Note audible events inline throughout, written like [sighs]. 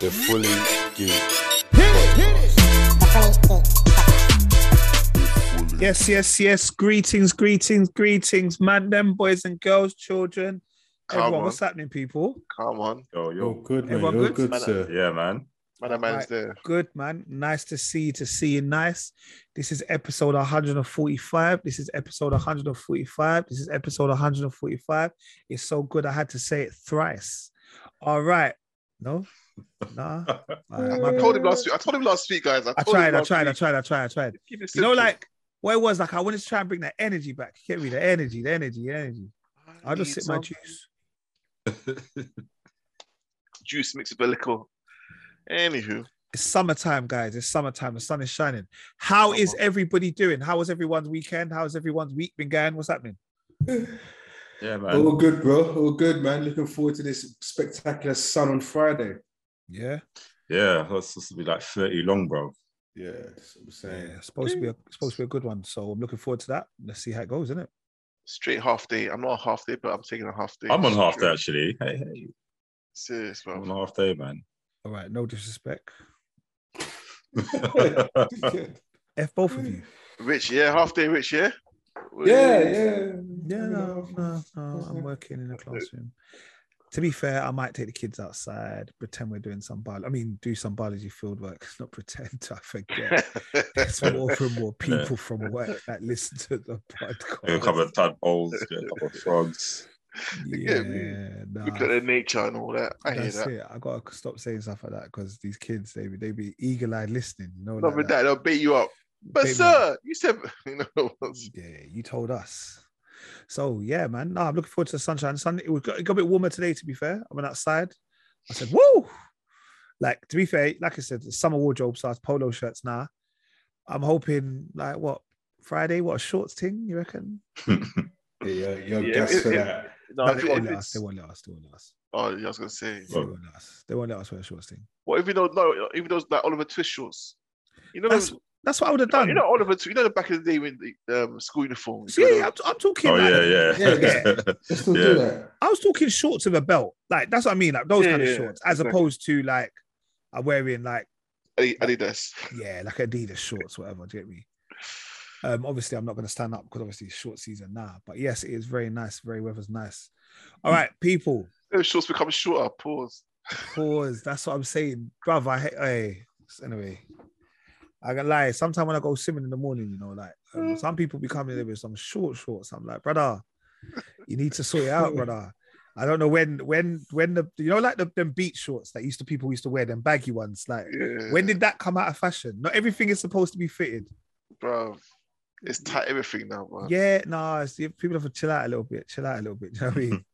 the fully geek. Yes, yes, yes. Greetings, greetings, greetings, man, them boys and girls, children. Come Everyone, on. what's happening, people? Come on. Yo, You're yo. good, man. Everyone You're good? good, sir. Yeah, man. Man, that man's Right. there. Good, man. Nice to see you, to see you. Nice. This is episode 145. This is episode 145. This is episode 145. It's so good, I had to say it thrice. All right. No? Nah. All right, my I bad. told him last week. I told him last week, guys. I, I told tried, him I last tried, I week. tried, I tried, I tried. Keep it You know, simple. like what it was like, I wanted to try and bring that energy back. Get me the energy, the energy, the energy. I'll just need sip my some juice. Juice mixed with a little. Anywho, It's summertime, guys. It's summertime. The sun is shining. How Come is on. everybody doing? How was everyone's weekend? How's everyone's week been going? What's happening? Yeah, man. All good, bro. All good, man. Looking forward to this spectacular sun on Friday. Yeah. Yeah, that's supposed to be like 30 long, bro. Yeah, that's what I'm saying. [laughs] yeah it's supposed to be a it's supposed to be a good one. So I'm looking forward to that. Let's see how it goes, isn't it? straight half day. I'm not a half day, but I'm taking a half day. I'm on half day, Straight. actually. Hey, hey. Serious, I'm on bro. half day, man. [laughs] All right, no disrespect. yeah, F both of you. Rich, yeah, half day, Rich, yeah. yeah, yeah. Yeah, You no, no, know, no, I'm working in a classroom. To be fair, I might take the kids outside, pretend we're doing some biology. I mean, do some biology field work, [laughs] not pretend. I forget. [laughs] It's more and more people from work that listen to the a couple podcast. of tadpoles, get a couple of frogs. Yeah, Yeah, man. nah, Look at the nature and all that. I hear that's that. it. I gotta stop saying stuff like that because these kids, they be they be eagle-eyed listening. You know, Not like with that. that, they'll beat you up. Big But man. sir, you said [laughs] you know what's- yeah, you told us. So yeah, man. No, I'm looking forward to the sunshine. Sun. It was- it got a bit warmer today. To be fair, I went outside. I said, "Woo!" Like to be fair, like I said, it's summer wardrobe, so it's polo shirts now. I'm hoping like what Friday, what a shorts thing? You reckon? Yeah, you're, you're Yeah, gas it- for it- that. No, No, if they you- won't if let us. it's- They won't let us. They won't let us. Oh, yeah, I was gonna say. They won't let us. They won't let us wear a shorts thing. What if you know, no, even those like Oliver Twist shorts? You know, That's those, that's what I would have you done. know Oliver. Twi- You know the back of the day with the um, school uniforms. you know See, I'm, those- I'm [laughs] talking. oh, like- yeah, yeah. Yeah. Let's still Yeah. do that. I was talking shorts with a belt. Like that's what I mean. Like those Yeah, kind yeah, of shorts, as exactly. opposed to like I'm wearing like Adi- Adidas. yeah, like Adidas shorts, whatever. Do you get me? Um, obviously, I'm not going to stand up because obviously it's short season now. But yes, it is very nice. Very weather's nice. All right, people, Those shorts become shorter. Pause. pause. That's what I'm saying, brother. I hate. Hey, anyway, I can lie. Sometimes when I go swimming in the morning, you know, like um, some people be coming in with some short shorts. I'm like, brother, you need to sort it out, brother. I don't know when, when, when the you know, like the them beach shorts that used to people used to wear, them baggy ones. Like, Yeah. when did that come out of fashion? Not everything is supposed to be fitted. bro? It's tight everything now, bro. Yeah, nah, it's, yeah, people have to chill out a little bit, chill out a little bit. [laughs] You know what I [laughs] mean?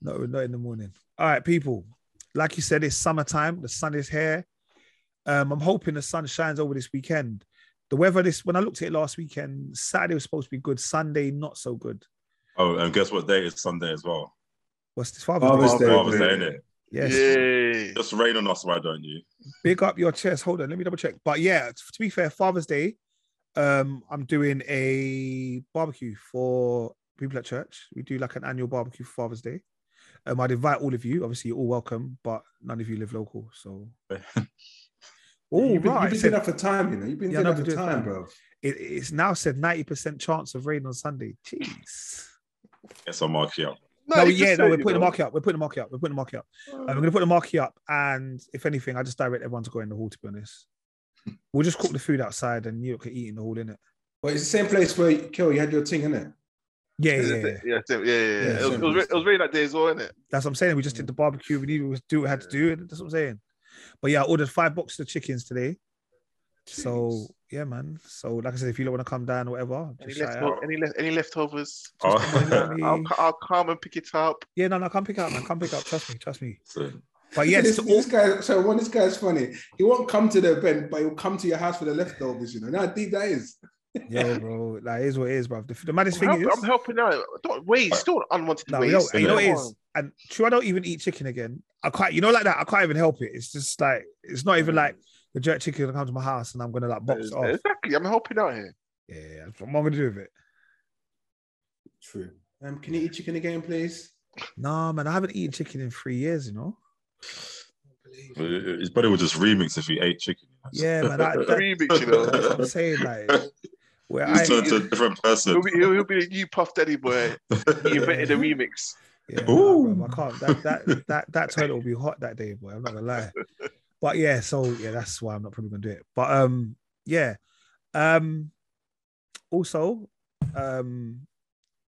not, not in the morning. All right, people. Like you said, it's summertime. The sun is here. Um, I'm hoping the sun shines over this weekend. The weather this when I looked at it last weekend, Saturday was supposed to be good. Sunday not so good. [laughs] Oh, and guess what day is Sunday as well? What's this Father's Day? Father's Day. Father's Day, man. innit? Yes. Yay. Just rain on us, why don't you? Big up your chest. Hold on, let me double check. But yeah, t- to be fair, Father's Day, um, I'm doing a barbecue for people at church. We do like an annual barbecue for Father's Day. Um, I'd invite all of you. Obviously, you're all welcome, but none of you live local, [laughs] so. All you've been, right, you've said- been doing that for time, you know. You've been Yeah, I doing know, that for I've been doing that. time, bro. it, it's now said ninety percent chance of rain on Sunday. Jeez. Guess I'll mark you up. No, 90%, yeah, no, we're you putting the know. marquee up. We're putting the marquee up. We're putting the marquee up. Um, I'm going to put the marquee up, and if anything, I just direct everyone to go in the hall. To be honest, we'll just cook the food outside, and you can eat in the hall, innit? Well, it's the same place where Kel, you had your thing, innit? Yeah, Is yeah, it yeah. the- Yeah, yeah, yeah, yeah. Yeah, It, was, it, same was, re- it was really that day as well, isn't it? That's what I'm saying. We just did the barbecue. We knew we was do what we had to do. And that's what I'm saying. But yeah, I ordered five boxes of chickens today. So Jeez. yeah, man. So like I said, if you don't want to come down or whatever, Any, just oh. shout left, out. any, left, any leftovers? Oh. [laughs] Just- I'll, I'll come and pick it up. yeah, no, no, come pick up, man. Come pick up. Trust me, trust me. [laughs] So, But yeah, it's this, all, [laughs] this guy. So one, this guy's funny. He won't come to the event, but he'll come to your house for the leftovers. You know, how deep that is. yo, bro. Like, it is what it is, bro. The, the maddest I'm, thing help, is, I'm helping out. Don't waste. Don't unwanted No, you know, waste. you know what it Come is. And true, I don't even eat chicken again. I can't, you know, like that. I can't even help it. It's just like it's not even like the jerk chicken gonna come to my house and I'm gonna like on. box it off. Exactly. I'm helping out here. Yeah, yeah, what am I gonna do with it? True. Um, can you eat chicken again, please? Nah, man, I haven't eaten chicken in three years. You know, But it- His body would just remix if he ate chicken. Yeah, [laughs] man. That, that, Remix, you know. that's what I'm saying. Like, where I, He's turned to a different person. He'll be, he'll, he'll be the new Puff Daddy boy. He invented the remix. Yeah, nah, Ooh. bruv, I can't. That that that that toilet will be hot that day, boy. I'm not gonna [laughs] lie. But yeah, so yeah, that's why I'm not probably gonna do it. But um, yeah, um, also, um,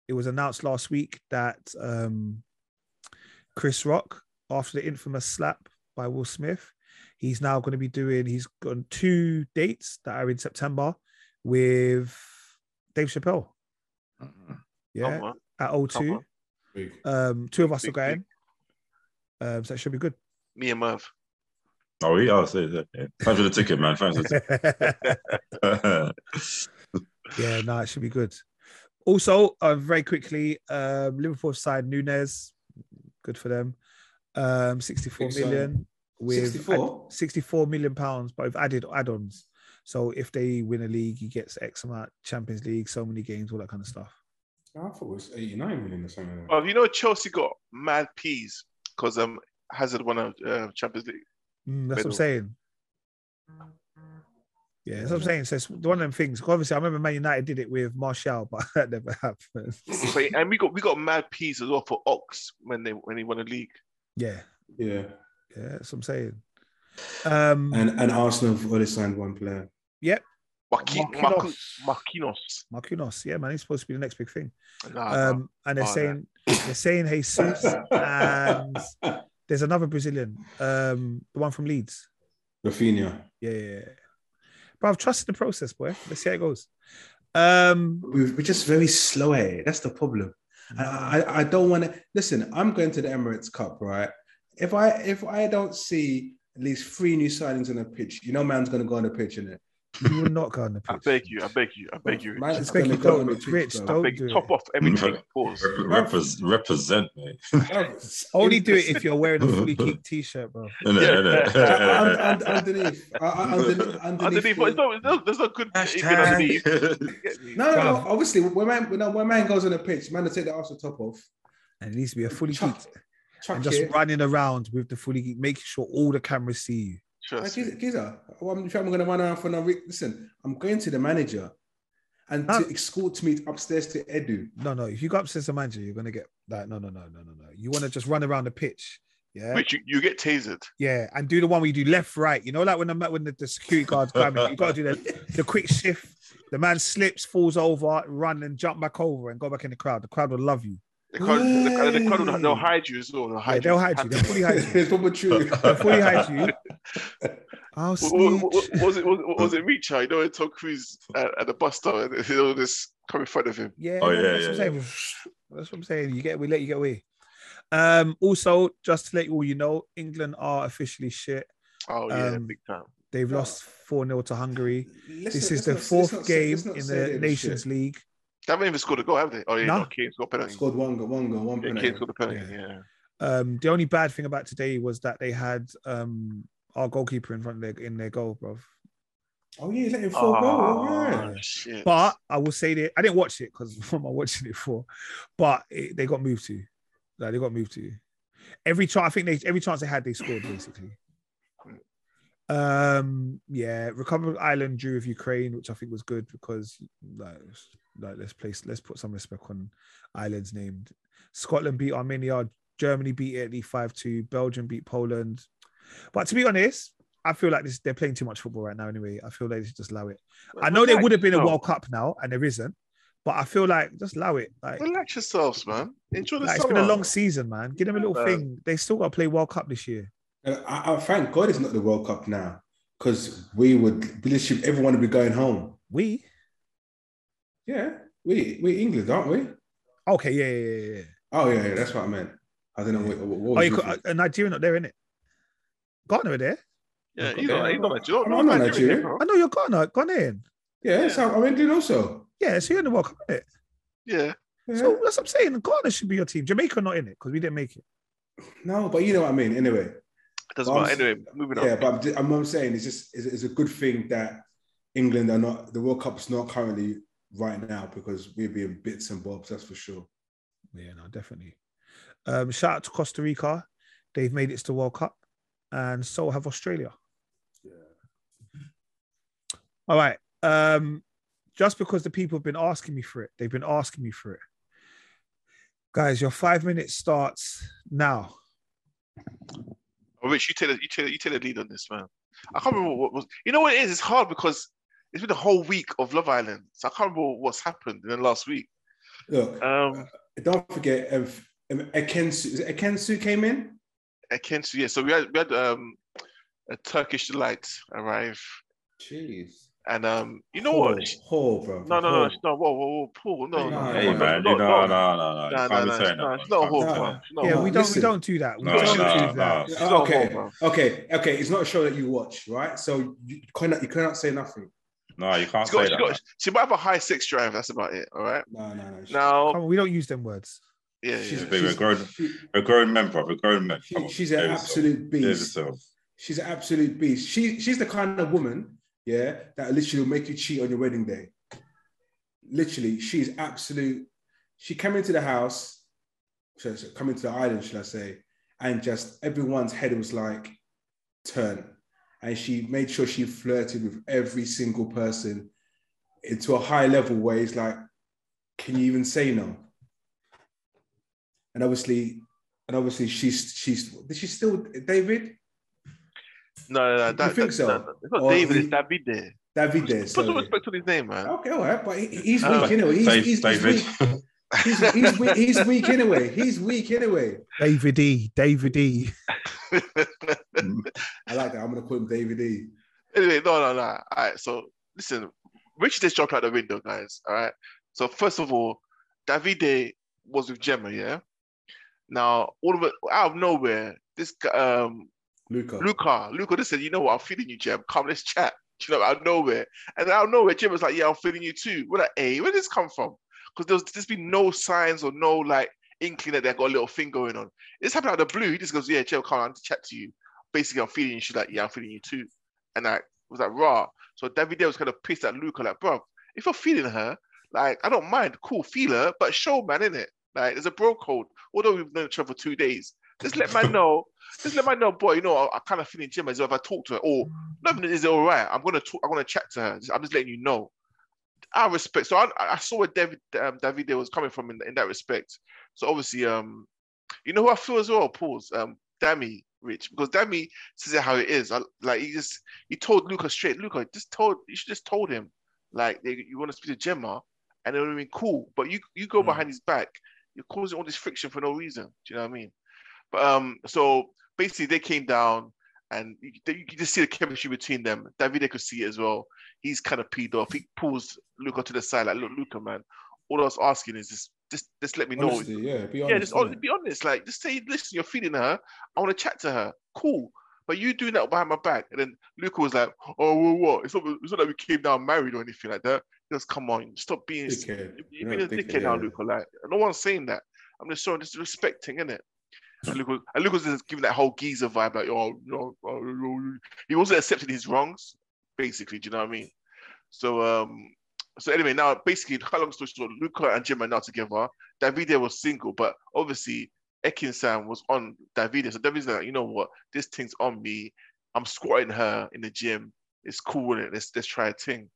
it was announced last week that um, Chris Rock, after the infamous slap by Will Smith, he's now going to be doing. He's got two dates that are in September with Dave Chappelle. Yeah, Come on. at O2. on. Big. Um, two of us are Big, going. Um, so it should be good. [laughs] Me and Merv. [laughs] Oh, yeah, I'll say that. yeah. Thanks for the ticket, man. Thanks for the ticket. [laughs] yeah, no, it should be good. Also, uh, very quickly, um, Liverpool side Nunes, good for them. Um, 64 Big signing. million with 64? 64 million pounds, but we've added add-ons. So if they win a league, he gets X amount, Champions League, so many games, all that kind of stuff. I thought it was 89 million or something. Like that. Well, you know, Chelsea got mad peas because um, Hazard won a uh, Champions League. Mm, that's what I'm Middle. saying. Yeah, that's what I'm saying. So it's one of them things. Obviously, I remember Man United did it with Martial, [laughs] but that never happened. So, and we got we got mad peas as well for Ox when they when he won a league. Yeah, Yeah. yeah, that's what I'm saying. Um, And and Arsenal have already signed one player. Marqui- Marqu- Marquinhos. Marquinhos, yeah, man, he's supposed to be the next big thing. Nah, nah. Um, and they're Oh, no. saying they're saying Jesus, [laughs] and there's another Brazilian, um, the one from Leeds. [laughs] Rafinha. Yeah, yeah, yeah. But I've trusted the process, boy. Let's see how it goes. Um, We're we're just very slow at it. That's the problem. And I, I- I don't want to listen. I'm going to the Emirates Cup, right? If I if I don't see at least three new signings on the pitch, you know, man's going to go on the pitch in it. you will not go on the [laughs] I pitch. beg you, I beg you, I beg you. Man's beg gonna you, go don't, on the Rich, pitch, Rich, bro. don't. I beg do you, it. top off everything. Pause. Rep- repres- represent, mate. [laughs] Only do it if you're wearing a fully kick t-shirt, bro. Innit, Yeah. innit? Uh, [laughs] un- un- underneath, Uh, uh, underneath, Underneath, but it's the- no, it's no, there's no good. Hashtag. even underneath. no, no, no. Bruv. Obviously, when man, when, when man goes on the pitch, man will take the Arsenal top off, And it needs to be a fully Chuck- geek chuck and just it. running around with the fully geek, making sure all the cameras see you. Like, Trust me. Giza, Giza, well, I'm, if I'm going to run around for no re- Listen, I'm going to the manager and Huh? to escort me upstairs to Edu. No, no. If you go upstairs to manager, you're gonna get like no, no, no, no, no, no. You want to just run around the pitch, yeah, Wait, you, you get tasered. yeah, and do the one where you do left, right. You know, like when the ma- when the, the security guards grab you, you gotta do the, the quick shift. The man slips, falls over, run and jump back over, and go back in the crowd. The crowd will love you. The crowd, the, crowd- the crowd will, Yay. they'll hide you as well. They'll Yeah, hide they'll you. hide you. They'll fully hide [laughs] you. it's probably true. [laughs] They'll fully hide you. I'll What, what, what- snitch. what was it? What, what was it? Reacher, you know, when Tom Cruise at, at the bus stop, and they all just come in front of him. Yeah, Oh, no, yeah, that's yeah, what I'm saying. That's what I'm saying. You get we let you get away. Um, also, just to let you all you know, England are officially shit. Oh yeah, Um, big time. They've Yeah. lost 4 0 to Hungary. Let's This not- is the let's not- let's fourth not say- game let's not in say the they're Nations shit. League. They haven't even scored a goal, have they? Oh yeah, No. no, Kane's got a penalty. Scored one goal, one goal, one Yeah, penalty. Kane's got a penalty. Yeah. Yeah. Um, the only bad thing about today was that they had um, our goalkeeper in front of their, in their goal, bro. Oh yeah, he let him four goal. oh, All Ah. right. Ah, shit. But I will say that I didn't watch it because [laughs] what am I watching it for? But it, they got moved to. Like, they got moved to. Every chance, I think they every chance they had, they scored basically. Um, yeah, Republic of Ireland drew with Ukraine, which I think was good because like, it's- like let's place let's put some respect on Ireland's name. Scotland beat Armenia, Germany beat Italy five two, Belgium beat Poland. But to be honest, I feel like this they're playing too much football right now. Anyway, I feel they should just allow it. I know there Relax would have been a yourself. World Cup now, and there isn't. But I feel like just allow it. Like, Relax yourselves, man. Enjoy the like, it's summer. been a long season, man. Give them a little Yeah. thing. They still got to play World Cup this year. Uh, I, I, thank God it's not the World Cup now, because we would literally everyone would be going home. We Yeah, we we England, aren't we? okay? Yeah, yeah, yeah. yeah. Oh yeah, yeah that's what I meant. I don't know what. what, what Oh, was you your- got, uh, Nigeria not there, innit? Ghana are there. Yeah, Okay. you know, you know, you know, I'm not Nigeria, Nigerian. bro. I know you're Ghana. Ghana in. yeah, so I'm England also. Yeah, so you're in the World Cup, innit? Yeah, Yeah. So that's what I'm saying. Ghana should be your team. Jamaica not in it because we didn't make it. no, but you know what I mean. Anyway, doesn't Well, matter. I'm- Anyway, moving on. Yeah, but I'm, ju- I'm, what I'm saying it's just it's, it's a good thing that England are not the World Cup's not currently right now because we're being bits and bobs. That's for sure. Yeah, no, definitely. Um, shout out to Costa Rica. They've made it to the World Cup. and so have Australia. All right. Um, just because the people have been asking me for it, they've been asking me for it. Guys, your five minutes starts now. Oh, Rich, you take the, you take the, you take the lead on this, man. I can't remember what was. You know what it is? It's hard because it's been a whole week of Love Island, so I can't remember what's happened in the last week. Look, Um, don't forget if, if Akensu, is it Akensu came in? Akensu, yeah. So we had we had um, a Turkish delight arrive, Jeez. and um, you know Ho, what? ho, bro. No, no, no, Ho. no, whoa, whoa, whoa, Paul, no, no, Hey, no, Hey, no, man. no, No, no, no, no, no. no, You no, can't no, be it's saying not- that. it's not a whole No. bro. It's not a yeah, we whole bro. don't we listen. don't do that. We No, don't no, do no. that. Uh, It's not a okay. whole bro. Okay, okay, it's not a show that you watch, right? So you cannot you cannot say nothing. No, you can't She's say got- she's that. got- man. She might have a high six drive. That's about it. All right. No, no, no. She- Now, Come on, we don't use them words. yeah, she's, yeah. big, we're grown- she- We're grown men, bro. We're grown men. she- Come on. she's an Save yourself. absolute Save beast. yourself. She's an absolute beast. She she's the kind of woman, yeah, that literally will make you cheat on your wedding day. Literally, she's absolute. She came into the house, so so come into the island, should I say, and just everyone's head was like turn. And she made sure she flirted with every single person into a high level where it's like, can you even say no? And obviously, and obviously she's she's she's still David? No, no, no. That, think that- so? no, no. It's not Or David. you- It's Davide. Davide. Put some sorry. respect on his name, man. [laughs] Okay, all right, but he- he's Uh, weak anyway. He's, Save- he's, he's Ah, David. weak. He's, he's, weak. he's weak anyway. He's weak anyway. David E. David E. I like that. I'm gonna call him David E. anyway, no, no, no. All right. So listen, Richard just dropped out the window, guys. All right. So first of all, Davide was with Gemma, yeah. Now, all of it, out of nowhere, this guy, um, Luca. Luca, Luca just said, you know what, I'm feeling you, Jim. Come, let's chat. You know, out of nowhere. And then out of nowhere, Jim was like, yeah, I'm feeling you too. We're like, hey, where did this come from? Because there's there's been no signs or no like inkling that they got a little thing going on. This happened out of the blue. He just goes, yeah, Jim, come, I want to chat to you. Basically, I'm feeling you. She's like, yeah, I'm feeling you too. And I was like, raw. So Davide was kind of pissed at Luca, like, bro, if you're feeling her, like, I don't mind, cool, feel her, but show man, innit? Like, there's a bro code. Although we've known each other for two days, just let man know just let my know, boy, you know, I, I kind of feeling Jim as if I talk to her, oh, or nothing is it all right. I'm gonna talk, I'm gonna chat to her. Just- I'm just letting you know. I respect. So I, I saw where David um, Davide was coming from in, in that respect. So obviously, um, you know who I feel as well. Pause. Um, Dammy Rich because Dammy says it how it is. I, like he just he told Luca straight. Luca just told you should just told him like they, you want to speak to Gemma, and it would have been cool. But you you go Mm. behind his back. You're causing all this friction for no reason. Do you know what I mean? But um, so basically they came down and you, they- you could just see the chemistry between them. Davide could see it as well. He's kind of peed off. He pulls Luca to the side, like, look, Luca, man, all I was asking is just just just let me know. Honestly, yeah, be honest. yeah, just innit? hon- be honest. Like, just say, listen, you're feeling her. I want to chat to her. Cool. But you doing that behind my back. And then Luca was like, oh, well, what? It's not, it's not like we came down married or anything like that. He goes, come on, stop being Dickhead. you- You've You're been a a dickhead, dickhead now, yeah. Luca. uh, Like, no one's saying that. I'm just showing, just respecting, innit? And Luca, and Luca was just giving that whole geezer vibe, like, oh, no, oh, oh." he wasn't accepting his wrongs, basically. Do you know what I mean? So, um, so anyway, now basically, to cut long story short, Luca and Jim are now together. Davide was single, but obviously, Ekinsan was on Davide. So Davide's like, you know what? This thing's on me. I'm squatting her in the gym. It's cool, innit? Let's, let's try a thing.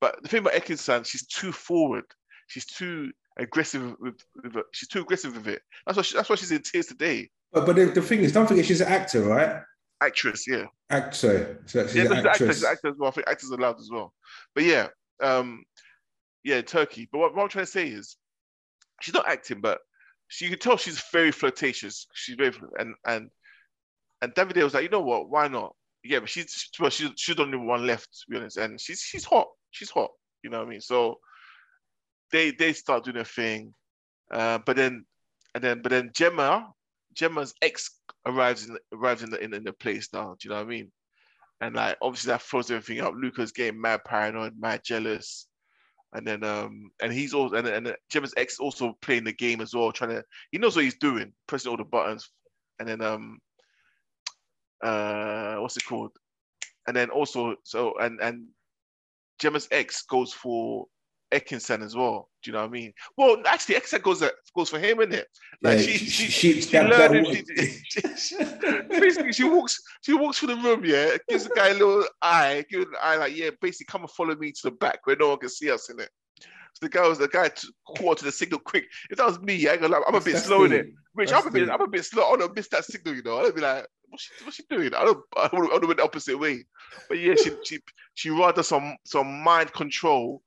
But the thing about Ekinsan, she's too forward she's too aggressive with, with her- she's too aggressive with it. That's why she, that's why she's in tears today. But, but the, the thing is, don't forget she's an actor, right? Actress, yeah, Actor. So she's yeah, an that's the actor, she's actress. an actor as well. I think actors are allowed as well. But yeah, um, yeah, Turkey. But what, what I'm trying to say is, she's not acting, but she you can tell she's very flirtatious. She's very fl- and and and Davide was like, you know what? Why not? Yeah, but she's well, she's she's the only one left to be honest, and she's she's hot. She's hot. You know what I mean? So they they start doing their thing, uh, but then and then but then Gemma Gemma's ex arrives in arrives in the in, in the place now. Do you know what I mean? And like obviously that throws everything up. Luca's getting mad paranoid, mad jealous. And then um and he's also and and Gemma's ex is also playing the game as well, trying to he knows what he's doing, pressing all the buttons. And then um uh what's it called? And then also so and and Gemma's ex goes for Ekinson as well. Do you know what I mean? Well, actually, Ekinson goes uh, goes for him, isn't it? Like Yeah, she, she- she, she- she, that- learned. that him- she- [laughs] she- basically, she walks she walks through the room, yeah, gives the guy a little eye, gives an eye like, yeah, basically, come and follow me to the back where no one can see us in it. So the guy was the guy to caught to the signal quick. If that was me, I ain't gonna lie, [laughs] I'm a bit That's slow in the- it. Rich, That's I'm a bit, the- I'm a bit slow. I don't miss that signal, you know. I'd be like, what's she, what's she doing? I don't, I would have went the opposite way. But yeah, she, she, she rather some, some mind control,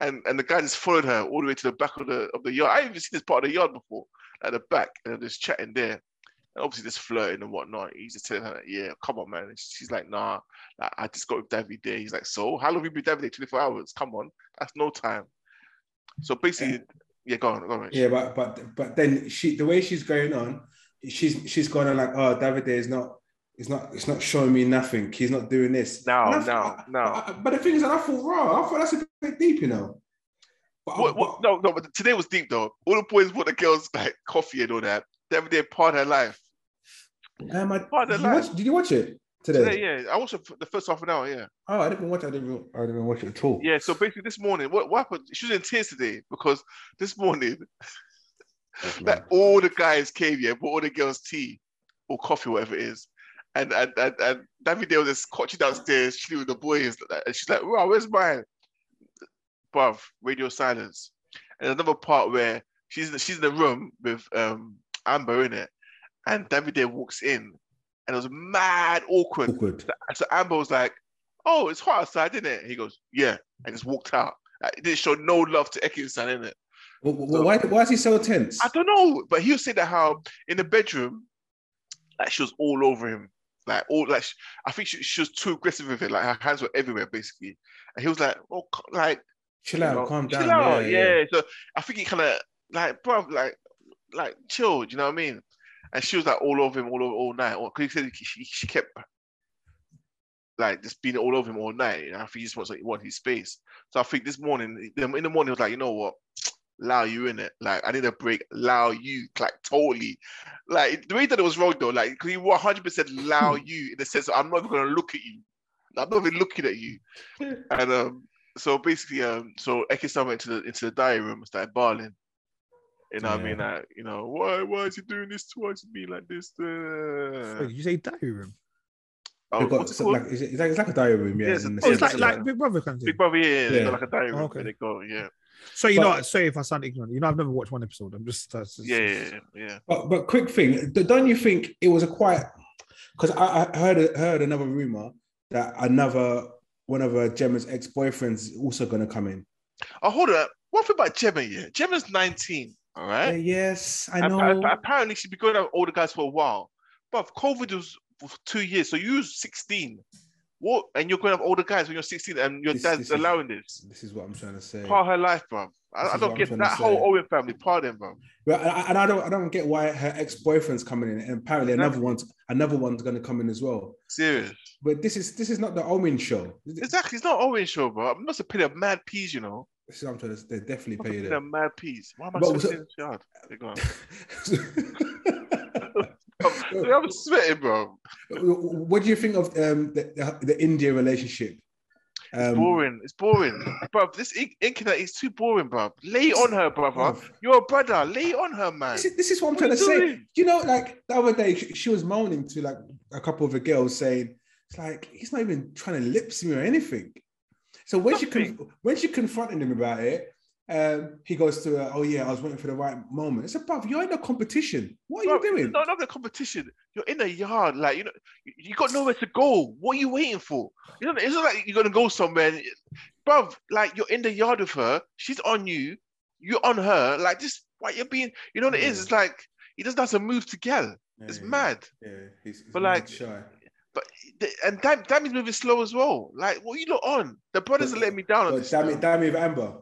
and and the guy just followed her all the way to the back of the of the yard. I haven't even seen this part of the yard before, at the back, and they're just chatting there. And obviously, just flirting and whatnot. He's just telling her, like, "Yeah, come on, man." And she's like, "Nah, like, I just got with David Day." He's like, "So, how long have you been David Day? Twenty four hours? Come on, that's no time." So basically, yeah, go on, go on. Rich. Yeah, but but but then she the way she's going on, she's she's going on like, oh, Davide is not, it's not, it's not showing me nothing. He's not doing this. No, And I no, thought- no. I- I- but the thing is, that I thought, raw, I thought that's a bit deep, you know. But, What, what, no, no, but today was deep though. All the boys bought the girls like coffee and all that. Every day, part of her life. um, I, Oh, the did, you line. watch, did you watch it today? Today, yeah, I watched the first half an hour. Yeah, Oh, I didn't watch. I didn't. re- I didn't watch it at all. yeah. So basically, this morning, what, what happened? She was in tears today because this morning, like all the guys came here, bought all the girls tea or coffee, whatever it is. And and and, and Davide was just coaching downstairs, chilling with the boys, and she's like, "Wow, where's mine?" Bruv, radio silence. And another part where she's in the, she's in the room with um Amber in it, and Davide walks in, and it was mad [laughs] awkward. Awkward. And so Amber was like, "Oh, it's hot outside, isn't it?" he goes, "Yeah," and just walked out. Like, it didn't show no love to Ekinson, innit? Wh- wh- Why, why is he so tense? I don't know, but he was saying that how in the bedroom, like she was all over him, like all like she, I think she, she was too aggressive with it, like her hands were everywhere basically, and he was like, oh, c- like Chill out. you know, calm chill down. out, yeah, So I think he kind of like, bro, like, like chill, do you know what I mean? And she was like all over him all over all night, because he said she, she kept like just being all over him all night. And I think he just wants like, want his space. So I think this morning, in the morning, he was like, you know what? Allow you in it. Like I need a break. Allow you, like totally. Like the way that it was wrong though, like because he 100 percent allow Hmm. you in the sense of I'm not even gonna look at you. I'm not even looking at you. And um, so basically, um, so Ekisan went to the into the dining room and started bawling. You know what I mean? Like, you know, why why is he doing this towards me like this? Uh, Wait, you say diary room? oh, They've got what's it some- called? like, it's, it's like it's like a diary room. Yeah. Yeah, it's a- in the Oh, it's sense like of, like Big Brother kind of Big thing. Brother, yeah, they Yeah. Oh, got like a diary room Okay. where they go, yeah, So you know, But- what, sorry if I sound ignorant. You know, I've never watched one episode. I'm just that's just- yeah, yeah, yeah. But but quick thing, d- don't you think it was a quite? Because I, I heard heard another rumor that another one of uh, Gemma's ex boyfriends also going to come in. Oh, hold up. One thing about Gemma, yeah, Gemma's 19, all Uh, right. yes, I Appa- know. appa- apparently, she's been going out with older guys for a while, but COVID was for two years, so you was 16. What and you're going to have older guys when you're 16 and your This- dad's this is- allowing this. this is what I'm trying to say. Part of her life, bro. I, This I is what don't I'm get trying to that whole say. Owen family. Pardon, bro. But I- I- and I don't I don't get why her ex boyfriend's coming in, and apparently another one's another one's going to come in as well. Serious. But this is this is not the Omen show. This Exactly. It's not Owen show, bro. I'm not supposed to pay a mad peas, you know. is what I'm trying to. They definitely I'm not supposed to pay pay you a [laughs] that. mad peas. Why am I But was sweating in it- the yard? They're gone. I'm sweating, bro. [laughs] what do you think of um, the, the India relationship? Um, boring. It's boring, bro. This in- internet is too boring, bro. Lay on her, brother. bruv. You're a brother. Lay on her, man. This is, this is what I'm What trying are to you say. doing? You know, like the other day, she, she was moaning to like a couple of the girls, saying, "It's like he's not even trying to lip smear or anything." So when she con- when she confronted him about it, um, he goes to her, "Oh yeah, I was waiting for the right moment." It's above. You're in a competition. What are Bruv, you it's doing? Not not the competition. You're in a yard, like you know, you- you got nowhere to go. What are you waiting for? You know, it's not like you're gonna go somewhere, and- bruv. Like you're in the yard with her. She's on you. You're on her. Like just like you're being. You know what it is? Yeah. It's like he doesn't have to move to gal. It's mad. Yeah, he's, he's But, mad like, shy. But the- and Dam Dammy's moving slow as well. Like what you lot on? The brothers But- are letting me down. on But this damn now. it, damn it, Amber.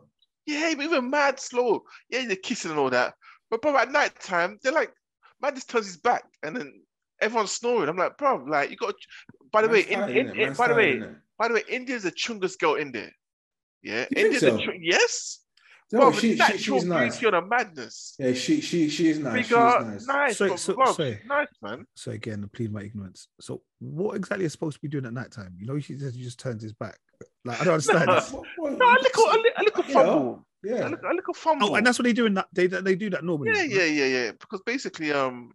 Yeah, but even mad slow. Yeah, they're kissing and all that. But bro, at night time, they're like, man just turns his back and then everyone's snoring. I'm like, bro, like you got by the way, in, in, in- by the way, by the way, India's a chungus girl in there. Yeah, You think India's so? a chung- yes. no, Bruv, she, she, natural she's nice. beauty on a madness. Yeah, she she she is nice. She Bigger, nice, is nice. nice, So- but so- bruv, so- she's nice man. So again, please my ignorance. So what exactly is supposed to be doing at night time? You know, he says he just turns his back. Like I don't understand. No. What- what- No, a little, a little, a little Yeah. fumble. A Yeah. little, a little fumble. [laughs] Oh, and that's what they do in that they they do that normally. yeah, yeah, yeah, yeah. Because basically, um,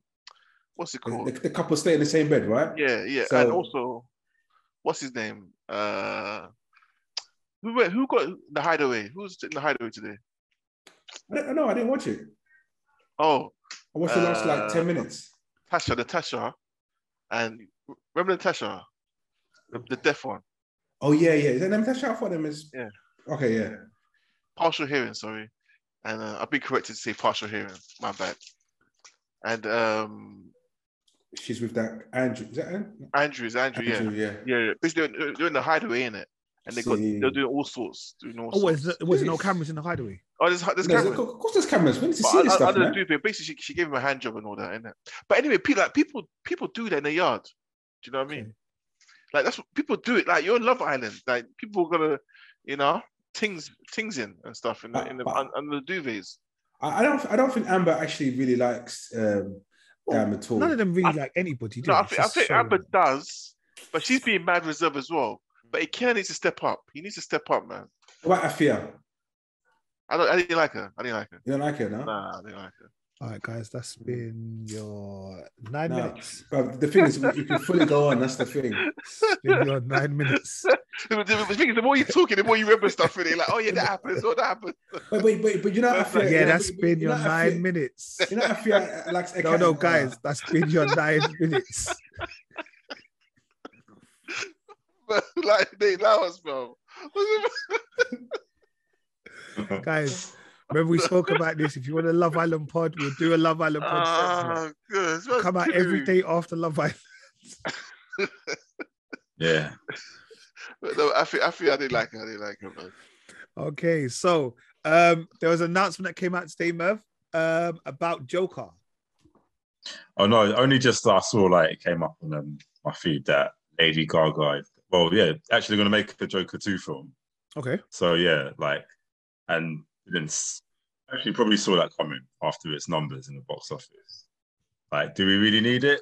what's it The, called? the couple stay in the same bed, right? Yeah, yeah. and So- also, what's his name? Uh, who went- who got the hideaway? Who's in the hideaway today? I don't, no, I didn't watch it. Oh, I watched the last like Uh, 10 minutes. Tasha, the Tasha, and remember the Tasha, the, the deaf one, Oh, yeah, yeah. Is that name? That shout for them is. Yeah. Okay, yeah. partial hearing. Sorry, and uh, I've been corrected to say partial hearing. My bad. And um, She's with that Andrew. Is that Andrew? Andrews, Andrew, yeah. Andrew, yeah. Yeah, yeah. Basically, they're, they're in the hideaway, in it, and they got See. they're doing all sorts. Doing all Oh, sorts. was was there no Jeez. cameras in the hideaway? Oh, there's, there's No, cameras. Of course, there's cameras. We need to But see I, this I, I stuff, don't man. do it. Basically, she, she gave him a hand job and all that, innit? But anyway, people like people people do that in the yard. Do you know what I mean? Okay. Like that's what people do it. Like you're in Love Island. Like people are gonna, you know, things things in and stuff in the in the But- but- under the duvets. I I don't. I don't think Amber actually really likes um, Oh, Well, Dam at all. None of them really I- like anybody. Do No, they? It's I think, I just think so- Amber does, but she's being mad reserved as well. But Ikea needs to step up. He needs to step up, man. What about Afia? I don't. I didn't like her. I didn't like her. You don't like her, no? Nah, I didn't like her. [laughs] All right, guys, that's been your nine No. minutes. But the thing is, you can fully go on. That's [laughs] the thing. It's been your nine minutes. The, the- the thing is, the more you're talking, the more you remember stuff. And you're like, oh yeah, that happens. Oh, that happens. But but but, but you know, That's Afia, like- you Yeah, know, that's but- but been you your know, nine [laughs] Afia- minutes. You know, Afia likes. [laughs] No, no, guys, that's been your nine minutes. But [laughs] like they allow us, bro. Guys, remember we spoke about this. If you want a Love Island pod, we'll do a Love Island pod. segment. Ah, good. It's about Come out two. every day after Love Island. [laughs] [laughs] Yeah. But No, I feel, I feel I didn't like it. I didn't like it, man. Okay, so um, there was an announcement that came out today, Merv, um, about Joker. Oh no, only just I saw like it came up on um, my feed that Lady Gaga. Well, yeah, actually going to make a Joker two film. Okay. So yeah, like, and then s- actually probably saw that coming after its numbers in the box office. Like, do we really need it?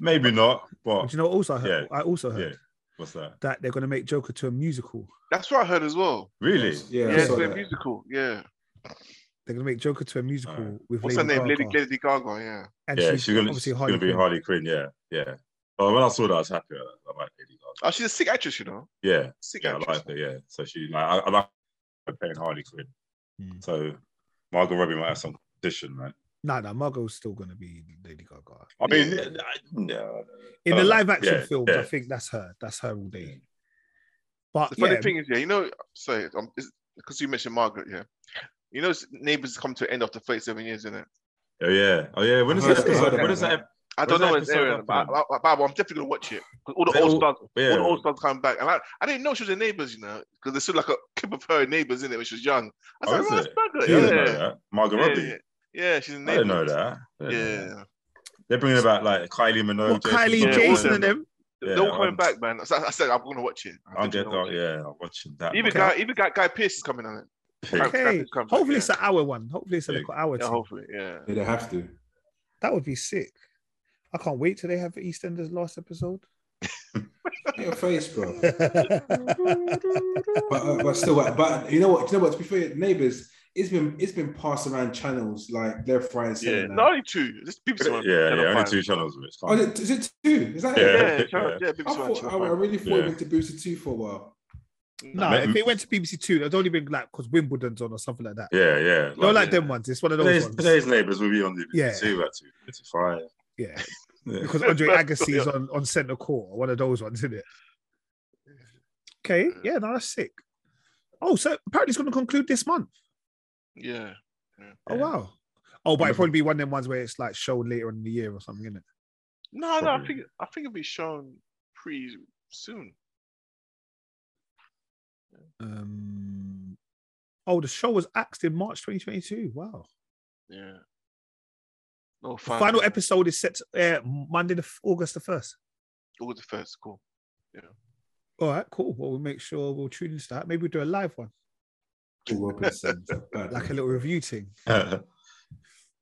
Maybe not. But But you know, what also I heard, I also heard yeah, what's that? that they're going to make Joker to a musical. That's what I heard as well. Really? Yeah, Yeah, I it's saw a that. musical. Yeah. They're going to make Joker to a musical Alright. with What's Lady her name? Gaga. Lady, Lady Gaga. Yeah. and Yeah, she's, she's, gonna, obviously she's Harley. gonna be Quinn. Harley Quinn. Yeah, yeah. But when I saw that, I was happy. About that. I like Lady Gaga. Oh, she's a sick actress, you know. Yeah, Sick yeah, I actress. like her. Yeah, so she like I, I like her playing Harley Quinn. Mm. So Margot Robbie might have some competition, right? Nah, nah, Margot's still going to be Lady Gaga. I mean, I- no, In the Uh, live action yeah, films, I yeah. think that's her. That's her all day. But The funny yeah, thing is, yeah, you know, sorry, because you mentioned Margaret, yeah. You know, Neighbours come to an end after 37 years, isn't it? oh yeah, oh yeah. When is I heard that episode? about When is that. that? I When's don't know that when it's episode airing, but, I, happening? I- but I'm definitely gonna watch it because all the They old all- stars, all the yeah. old stars come back, and I, I didn't know she was in Neighbours, you know, because there's still like a clip of her in Neighbours in it when she was young. I Oh, was is like, it? oh, You didn't yeah. know that. Margot yeah, Robbie. yeah, yeah, she's in I didn't Neighbours. know that. I didn't know that. Yeah, They're bringing about like Kylie Minogue, what, Kylie, Jason, Yeah, Jason, all and them. Yeah, they're all coming I'm- back, man. So I, I said I'm gonna watch it. I'm I'm getting, definitely oh, gonna watch yeah, I'm watching that. it. Even guy, even guy, Guy Pearce is coming on it. Yeah. Okay. It's coming back, Hopefully yeah. it's an hour one. Hopefully it's a Yeah. little hour. Yeah, two. hopefully, yeah. They don't have to. That would be sick. I can't wait till they have EastEnders last episode. Get your face, [laughs] bro. But uh, but still, uh, but you know what? You know what? To be fair, neighbors, it's been it's been passed around channels like left, right, and Yeah, center. no, only two. This BBC Yeah, one. yeah, Channel only five. two channels of it. Oh, is it, is it two? Is [laughs] that Yeah. it? Yeah, channel, yeah, I, BBC One. thought, I, Channel I five. Mm. really thought Yeah. we went to Booster Two for a while. no, Mate- if it went to BBC Two, there'd only been like because Wimbledon's on or something like that. Yeah, yeah. No, like yeah. them ones. It's one of those Today's, ones. today's neighbours will be on the Yeah. two at two fifty-five. Yeah, Yeah. because Andre Agassi's on on centre court. One of those ones, isn't it? Okay, yeah, no, that's sick. Oh, so apparently it's going to conclude this month. Yeah. Yeah. [laughs] Oh wow. Oh, but it'll probably be one of them ones where it's like shown later in the year or something, isn't it? No, no, I Probably. think I think it'll be shown pretty soon. Um. Oh, the show was axed in March 2022. Wow. Yeah. No, The final episode is set to air Monday, the, f- August the 1st. August the first. Cool. [laughs] All right, cool. Well, we'll make sure we'll tune into that. Maybe we'll do a live one, Paul Robinson, [laughs] bad like a man. little review thing. Yeah.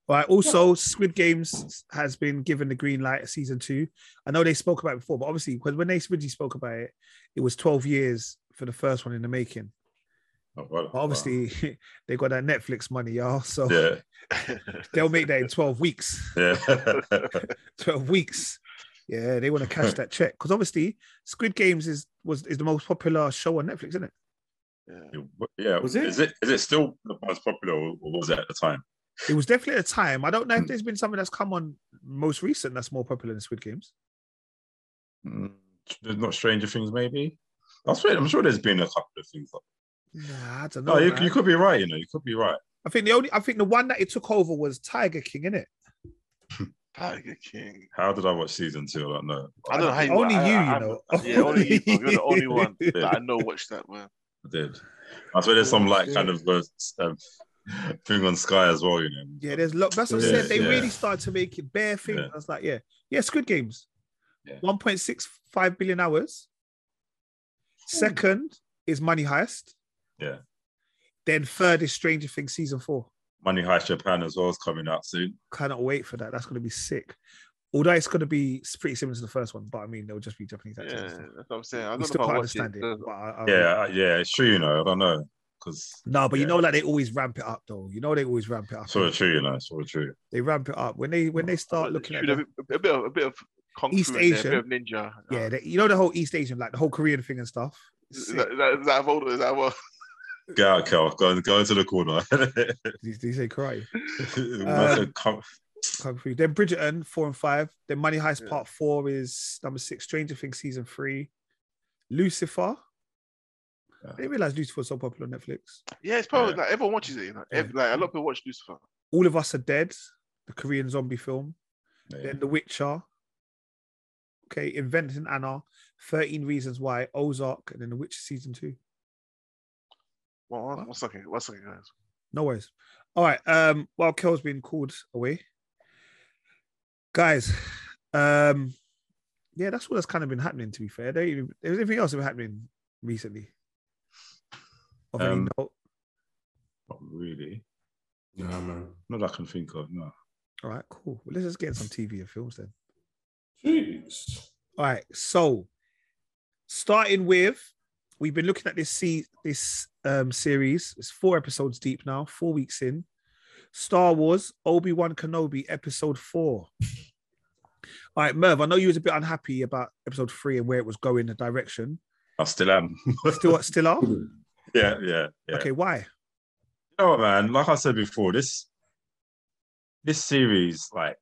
All right. Also, Squid Games has been given the green light season two. I know they spoke about it before, but obviously, because when they originally spoke about it, it was 12 years for the first one in the making. Oh, well, But obviously, [laughs] they got that Netflix money, y'all. So well, they'll make that in 12 weeks. yeah, [laughs] yeah. [laughs] 12 weeks. Yeah, they want to cash that check. Because obviously, Squid Games is was is the most popular show on Netflix, isn't it? Yeah. It w- Yeah, was Was it? it? Is it is it still the most popular, or or was it at the time? It was definitely a time. I don't know Mm. if there's been something that's come on most recent that's more popular than Squid Games. Mm, not Stranger Things, maybe. I'm sure, I'm sure there's been a couple of things. Like, Nah, I don't Oh, know. no, you, man. you could be right. You know, you could be right. I think the only I think the one that it took over was Tiger King, innit? Tiger King. How did I watch season two? I don't know. I don't know how you only I- you, I- you I'm- know. Yeah, only you. bro. You're the only one that I know watched that man. I did. I swear there's Oh, some like kind of uh, s- um, thing on Sky as well. You know. Yeah, there's lot. That's what I Yeah, said. They yeah. really started to make it bare things. Yeah. I was like, yeah, yeah, Squid Games, Yeah. 1.65 billion hours. Second is Money Heist. Yeah. Then third is Stranger Things season four. Money Heist Japan as well is coming out soon. Cannot wait for that. That's gonna be sick. Although it's gonna be s- pretty similar to the first one, but I mean, they'll just be Japanese Yeah, actors. and that's stuff. what I'm saying. I We don't still know if can't I watched understand it. it. but I, I, Yeah, I- yeah, it's true. You know, I don't know because No, but you Yeah. know, like they always ramp it up, though. You know, they always ramp it up. sort of true. You know, it's sort of true. They ramp it up when they when they start looking at Shoot, the- a, bit- a bit of a bit of kung East fu in there, a Asian. bit of ninja. Um, yeah, they, you know the whole East Asian, like the whole Korean thing and stuff. Is Sick. that, is that, is that what- is that what? Get out, Kel. Go, go into the corner. [laughs] They, they say karate. Must Uh, have come- Kung Fu. Then Bridgerton four and five. Then Money Heist Yeah. Part Four is number six. Stranger Things season three. Lucifer. Yeah. I didn't realize Lucifer was so popular on Netflix. Yeah, it's probably Yeah. like everyone watches it. You know, Yeah. Ev- like a lot of people watch Lucifer. All of Us Are Dead, the Korean zombie film. Yeah. Then The Witcher. Okay, Inventing Anna, Thirteen Reasons Why, Ozark, and then The Witcher season two. One, one, one second, one second, guys. No worries. All right. Um, while Kel's been called away, guys. Um, yeah, that's what that's kind of been happening. To be fair, there ain't- there's anything else that been happening recently. Of any Um, note? Not really. No, man. Not that I can think of. No. All right, cool. Well, let's just get into some TV and films then. Jeez. All right. So, starting with, we've been looking at this se- this um, series. It's four episodes deep now. Four weeks in. Star Wars Obi Wan Kenobi Episode Four. All right, Merv. I know you was a bit unhappy about Episode Three and where it was going, the direction. I still am. [laughs] Still, still are. yeah, yeah, yeah. Okay, why? You know what, man? Like I said before, this this series, like,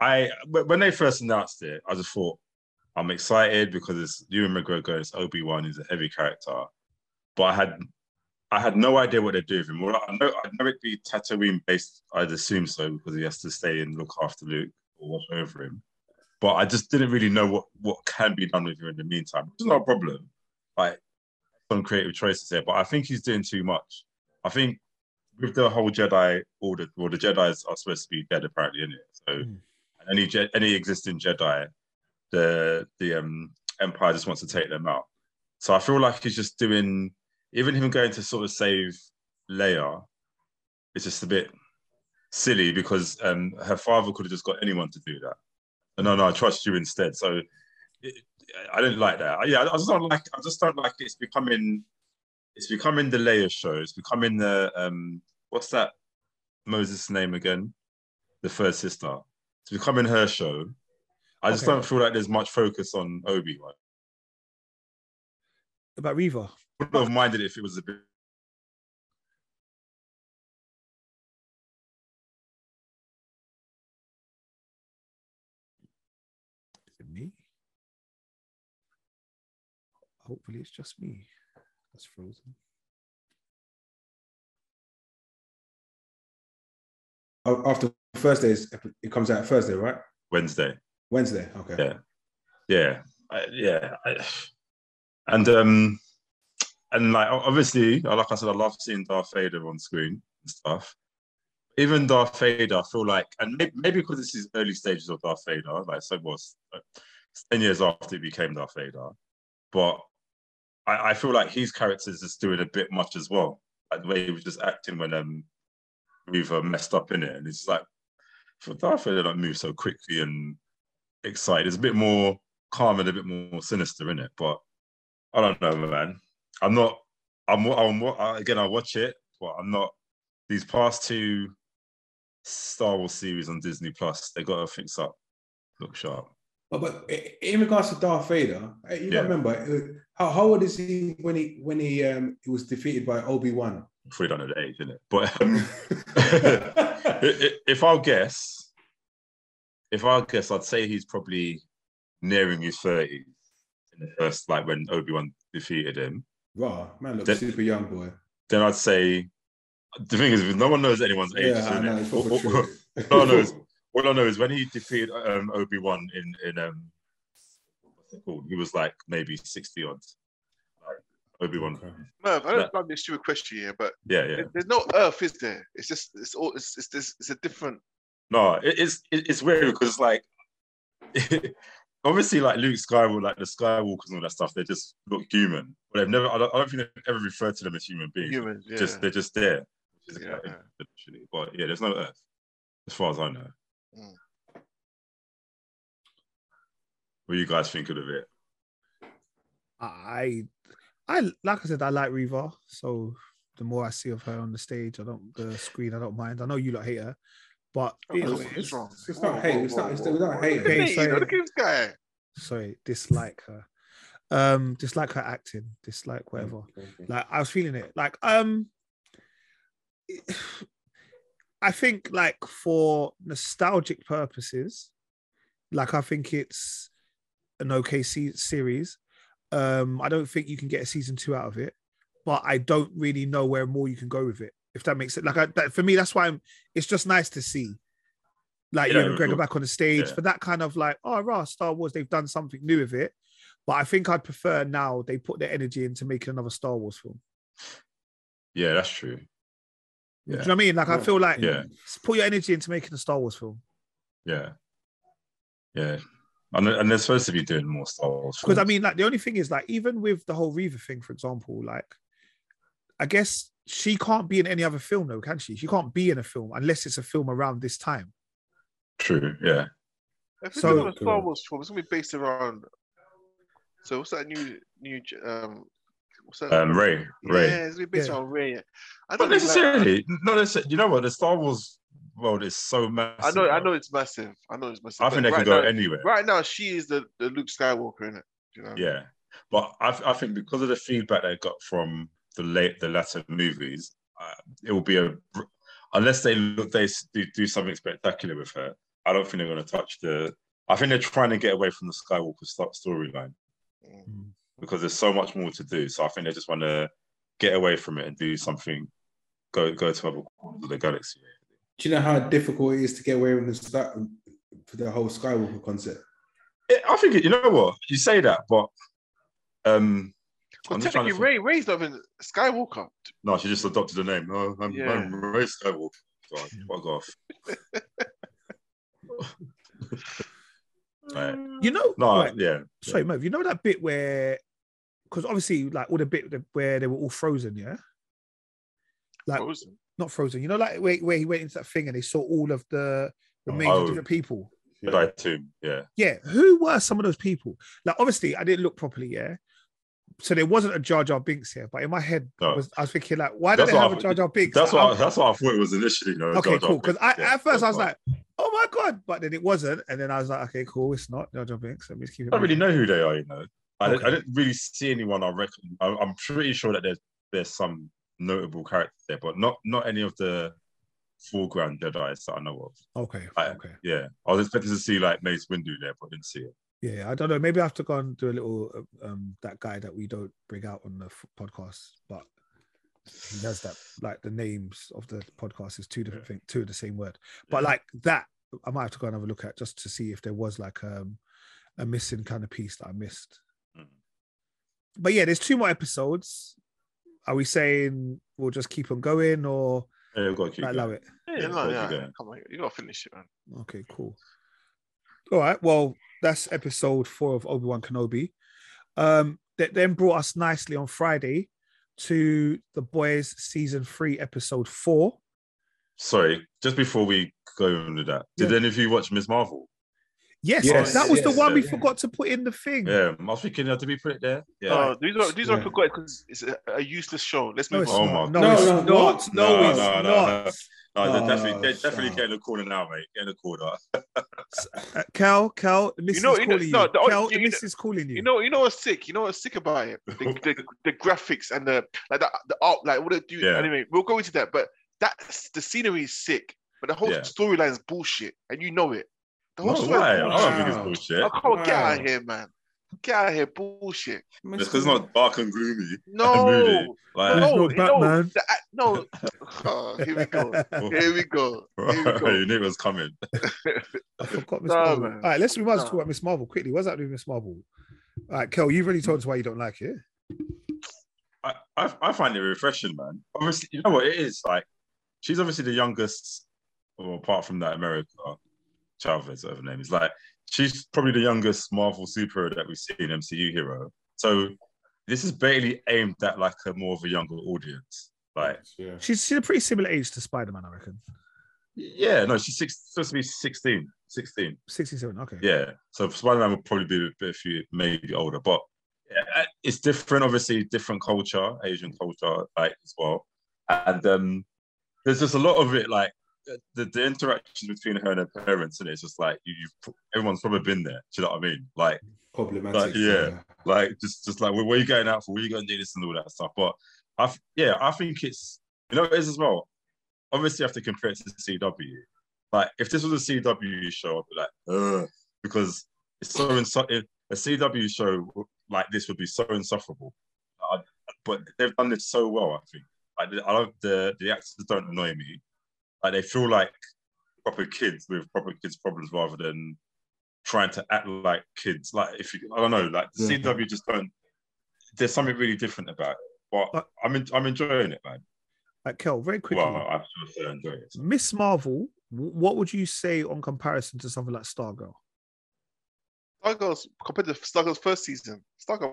I wh- when they first announced it, I just thought I'm excited because it's Ewan McGregor, it's Obi Wan, he's a heavy character, but I had I had no idea what they'd do with him. Well, I know I know it'd be Tatooine based. I'd assume so because he has to stay and look after Luke or watch over him. But I just didn't really know what what can be done with him in the meantime. It's not a problem. Like some creative choices there, but I think he's doing too much. I think with the whole Jedi order, well, the Jedi's are supposed to be dead apparently, isn't it? So Hmm. any Je- any existing Jedi, the the um, Empire just wants to take them out. So I feel like he's just doing, even him going to sort of save Leia, it's just a bit silly because um, her father could have just got anyone to do that. But no, no, I trust you instead. So it, I didn't like that. I- Yeah, I just don't like. I just don't like it's becoming. It's becoming the Leia show. It's becoming the um, what's that Moses name again? The third sister. It's becoming her show. I just Okay. don't feel like there's much focus on Obi Wan. About Reva. Wouldn't have minded if it was a bit. Is it me? Hopefully, it's just me. That's frozen. A- After Thursdays, it comes out Thursday, right? Wednesday. Wednesday. Okay. Yeah. Yeah, I, yeah, I, and um, and like o- obviously, uh, like I said, I love seeing Darth Vader on screen and stuff. Even Darth Vader, I feel like, and maybe, maybe because this is early stages of Darth Vader, like so it was uh, ten years after he became Darth Vader, but I, I feel like his character is just doing a bit much as well. Like the way he was just acting when um, Reva messed up in it, and it's like for Darth Vader, like move so quickly and excited. It's a bit more calm and a bit more sinister in it, but I don't know, man. I'm not. I'm. I'm I- again. I watch it, but I'm not. These past two Star Wars series on Disney Plus, they got to fix up. Look sharp. But, but i- in regards to Darth Vader, eh, you Yeah. gotta remember eh, how, how old is he when he when he um he was defeated by [laughs] Obi [laughs] Wan? Three hundred age, isn't it? But [laughs] um, i- i- if I'll guess, if I'll guess, I'd say he's probably nearing his thirties in the first, like when Obi Wan defeated him. Raw man looks That- super young boy. Then I'd say the thing is, no one knows anyone's age. Yeah, I innit? know. It's proper All- all- [laughs] true. all I know [laughs] is- all I know is when he defeated um, Obi Wan in in um, what's it called? He was like maybe sixty odds. Like Obi Wan. Okay. That- Merv, I don't understand this stupid question here, but Yeah, yeah. there's no Earth, is there? It's just it's all it's it's, this it's a different. No, it, it's it, it's weird because like [laughs] obviously like Luke Skywalker, like the Skywalkers and all that stuff, they just look human, but they've never. I don't, I don't think they've ever referred to them as human beings. Humans, yeah. Just they're just there. Which is Yeah. quite interesting, But yeah, there's no Earth, as far as I know. Mm. What you guys think of it? I, I like I said, I like Reva. So the more I see of her on the stage, I don't the screen, I don't mind. I know you lot hate her, but it is- Oh, what's it's- wrong? It's not hate. It's not. It's not, it's not hate. Okay, Hey, you know, so- look at this guy. sorry, dislike her. Um, dislike her acting, dislike [laughs] whatever. Like I was feeling it. Like um, [sighs] I think like for nostalgic purposes, like I think it's an okay se- series. Um, I don't think you can get a season two out of it, but I don't really know where more you can go with it. If that makes it like I, that, for me, that's why I'm, it's just nice to see. Like Yeah, you and of Gregor course. back on the stage Yeah. for that kind of like, oh, rah, Star Wars, they've done something new with it. But I think I'd prefer now they put their energy into making another Star Wars film. Yeah, that's true. Do you Yeah. know what I mean? Like, I Yeah. feel like Yeah, s- put your energy into making a Star Wars film. yeah, yeah. And, and they're supposed to be doing more Star Wars. Because I films. mean, like the only thing is, like even with the whole Reaver thing, for example, like I guess she can't be in any other film, though, can she? She can't be in a film unless it's a film around this time. true. Yeah, If it's So- so, a Star Wars film, it's gonna be based around. So what's that new new um? What's that? um, Ray, Ray. Yeah, it's gonna be based Yeah. on Ray. I Not don't think that- necessarily. Not necessarily. You know what? The Star Wars world is so massive. I know. I know it's massive. I know it's massive. I but think they right can go now, anywhere. Right now, she is the, the Luke Skywalker in it. You know. Yeah, but I, I think because of the feedback they got from the late, the latter movies, uh, it will be a br- unless they look they s- do, do something spectacular with her. I don't think they're going to touch the. I think they're trying to get away from the Skywalker sto- storyline Mm. because there's so much more to do. So I think they just want to get away from it and do something. Go go to other corners of the galaxy. Do you know how difficult it is to get away with this, that for the whole Skywalker concept? It, I think it- you know what you say that, but um, I'm Because just trying to technically, Ray Ray's not even Skywalker. no, she just adopted the name. No, I'm, Yeah. I'm Ray Skywalker. God, fuck off. Right. You know, No, right, yeah, sorry, Merv, you know that bit where, because obviously, like all the bit that- where they were all frozen, yeah, Like- Frozen. not frozen. You know, like where, where he went into that thing and they saw all of the remains Oh. of different people. Jedi Tomb. Yeah, Yeah, who were some of those people? Like, obviously, I didn't look properly. Yeah, so there wasn't a Jar Jar Binks here, but in my head, No. was, I was thinking like, why did Oh. That's they what have a I- Jar Jar Binks? that's Like, what I, that's what I thought it was initially. You know, I'm- okay, Jar Jar cool. Because I Binks. Yeah, at first I Jar was Jar. like, oh my god, but then it wasn't, and then I was like, okay, cool, it's not Jar Jar Binks. Let me just keep it. I don't really moving. know who they are. You know, I, didn't, I Okay. didn't really see anyone. I reckon I, I'm pretty sure that there's there's some notable characters there, but not not any of the foreground Jedi's that I know of. Okay, I- okay, Yeah, I was expecting to see like Mace Windu there, but didn't see it. yeah. I don't know. Maybe I have to go and do a little um that guy that we don't bring out on the f- podcast, but he does that. Like the names of the podcast is two different things, two of the same word. But Yeah. like that, I might have to go and have a look at just to see if there was like um, a missing kind of piece that I missed. Mm. But yeah, there's two more episodes. Are we saying we'll just keep on going or yeah, we've got to keep I going. love it? Yeah, no, Where's yeah. he going? Come on, you gotta finish it, man. Okay, cool. All right. Well, that's episode four of Obi Wan Kenobi. Um, that then brought us nicely on Friday to the boys season three, episode four. Sorry, just before we go into that, did Yeah. any of you watch Ms. Marvel? Yes, Yes, that was the yes, one we yeah. forgot to put in the thing. Yeah, I was thinking, uh, did we put it there? Yeah. Oh, the reason, why- the reason why I Yeah. forgot because it's a, a useless show. Let's No, move it's Oh my not. on. No, God. it's No, no, not. what? No, No, it's no, no, not. no. No, they're Oh, definitely, they're definitely shut getting a corner now, mate. Getting a corner. Uh, Cal, Cal, the missus know- you know- calling you. no, the only- Cal, the you know- missus calling you. Hmm. You know, you know what's sick. You know what's sick about it. [laughs] The, the, the graphics and the like, the, the art, like what they do. Yeah. Anyway, we'll go into that. But that's the scenery is sick. But the whole Yeah. storyline is bullshit, and you know it. The No, whole why? I story. don't think it's bullshit. I can't Oh, get out of Wow. here, man. Get out of [laughs] here, bullshit. Just because it's not dark and gloomy. No, movie. no, Like, There's no, no Batman. the act- no. Oh, here [laughs] we [laughs] go. Here we go. Here we go. you knew it was coming. I forgot Miss Nah, Marvel. man. All right, let's we might as well Nah. talk about Miss Marvel quickly. What's happening with Miss Marvel? All right, Kel, you've already told us why you don't like it. I, I, I find it refreshing, man. Obviously, you know what it is. Like, she's obviously the youngest, well, apart from that America Chavez, whatever her name is. Like, she's probably the youngest Marvel superhero that we've seen, MCU hero. So, this is barely aimed at like a more of a younger audience. Like, Yeah. She's she's a pretty similar age to Spider Man, I reckon. yeah, no, she's six, supposed to be 16, 16. 67. Okay. Yeah. So Spider Man would probably be a bit a few maybe older, but yeah, it's different, obviously, different culture, Asian culture, like as well. And um, there's just a lot of it, like the, the interaction between her and her parents, and it's just like you, you've everyone's probably been there. Do you know what I mean? Like Problematic. Like, yeah. like just just like where, where you going out for, where you going to do this and all that stuff. But I th- yeah, I think it's you know what it is as well. Obviously, you have to compare it to the CW. Like if this was a CW show, I'd be like, Ugh, because it's so insufferable. A CW show like this would be so insufferable. Uh, but they've done this so well, I think. Like I love the the actors don't annoy me. Like they feel like proper kids with proper kids problems rather than trying to act like kids. Like if you, I don't know, like the Yeah. CW just don't. There's something really different about it. But But- I'm en- I'm enjoying it, man. All right, Kel, very quickly. Well, I should say I enjoy it. Miss Marvel, w- what would you say on comparison to something like Stargirl? Stargirl's compared to Stargirl's first season. Stargirl.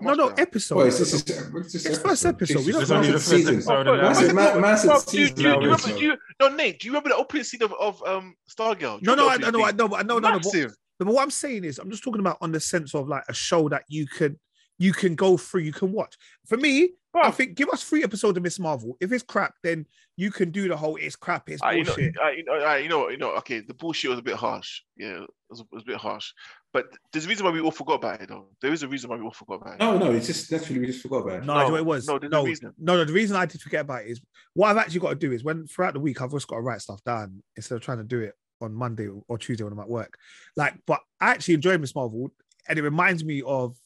No, much no, better. episode. Wait, is this is what's this It's first episode, we don't It's know. only the massive first season. episode. Oh, and but- that's- Massive, ma- massive Bob, do you, season. do you, do you now, remember? isn't Do it? you, no, Nate. Do you remember the opening scene of, of um, Stargirl? Do No, you no, I remember know, the I know, but I know, no, no, but, Massive. but what I'm saying is, I'm just talking about on the sense of like a show that you can you can go through, you can watch. For me, I Bruv. think give us three episodes of Miss Marvel. If it's crap, then you can do the whole it's crap, it's Ah, you bullshit. know, ah, you know, ah, you know, you know. Okay, the bullshit was a bit harsh. Yeah, it was, it was a bit harsh. But there's a reason why we all forgot about it, though. There is a reason why we all forgot about it. No, no, it's just naturally we just forgot about No, do it. you know No, what it was. no, there's a no, reason. no, no. The reason I did forget about it is what I've actually got to do is when throughout the week I've just got to write stuff down instead of trying to do it on Monday or Tuesday when I'm at work. Like, but I actually enjoy Miss Marvel, and it reminds me of